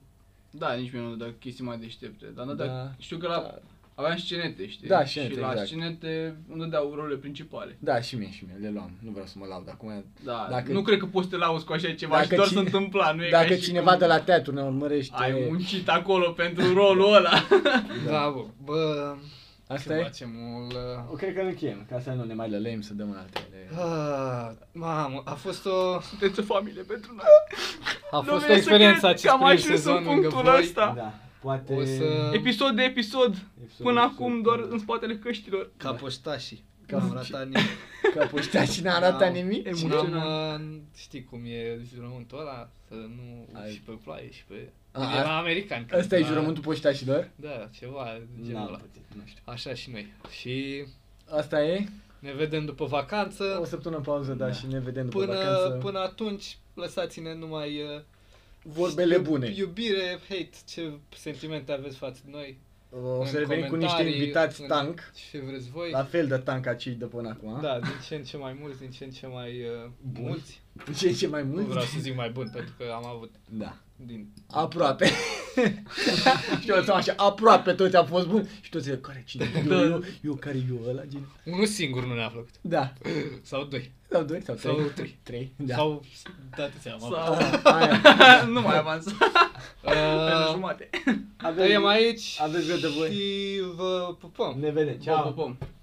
Da, nici mie nu dădea chestii mai deștepte. Dar nu
Da.
da. știu că la, aveam scenete, știi?
Da, scenete,
Și la
exact.
scenete îmi dădeau role principale.
Da, și mie, și mie, le luam. Nu vreau să mă laud acum.
Da,
Dacă-
dacă, nu cred că poți să te lauzi cu așa ceva
Dacă
și doar
cine-
se întâmpla, nu e ca
Dacă
și
cineva
cum
de la teatru ne urmărește...
Ai muncit acolo pentru rolul ăla.
Da, bă. bă
Asta
ce uh,
e?
facem? Mul,
O, cred că îl încheiem, ca să nu ne mai lălem să dăm în altele.
Ah, mamă, a fost o...
Sunteți o familie pentru noi.
A
Nu
fost o
vine să
experiență
cred
acest
că am
prim
ajuns în
sezon lângă
punctul
voi.
ăsta. Da.
Da, poate...
O să-
Episod de episod. da. Până acum doar în spatele căștilor.
Ca poștașii.
Ca
Ca am
ce-
ratat nimic.
Căpuștea și n-a arătat
Da.
nimic.
E mult.
N-am,
Emoționant.
uh, știi cum e jurământul ăla, să nu
Ai-
Ai... și pe ploaie și pe...
A,
Bine,
a-
la american. că-
Ăsta e
da,
jurământul poștașilor?
Da, ceva de genul
N-am
ăla.
pățit, nu știu.
Așa și noi. Și
Asta e?
ne vedem după
O
vacanță.
săptămână pauză, da,
Da.
și ne vedem după
Până,
vacanță.
până atunci, lăsați-ne numai uh,
Vorbele
iub-
bune.
Iubire, hate, ce sentimente aveți față de noi.
O să
în
revenim cu niște
comentarii,
invitați
în
tank.
Ce vreți voi.
La fel de tank ca cei de până acum.
Da, din ce în ce mai mulți, din ce în ce mai uh,
Bun.
mulți.
Cu ce ce mai
Nu
mulți.
vreau să zic mai bun, pentru că am avut
Da.
din... *laughs*
Aproape. și eu așa, aproape toți au fost buni. Și toți zic, care cine?
Da.
Eu, eu, eu, care eu, ăla, cine?
Unul singur nu ne-a plăcut.
Da.
Sau doi.
Sau doi, sau trei.
Sau trei.
Trei,
Da.
da.
Sau dați seama. Sau...
Sau...
Aia.
*laughs* *laughs* nu mai avansa. Pentru
Uh,
jumate.
tăiem aici
aveți grijă de voi.
și vă pupăm.
Ne vedem.
Vă
Ciao.
pupăm.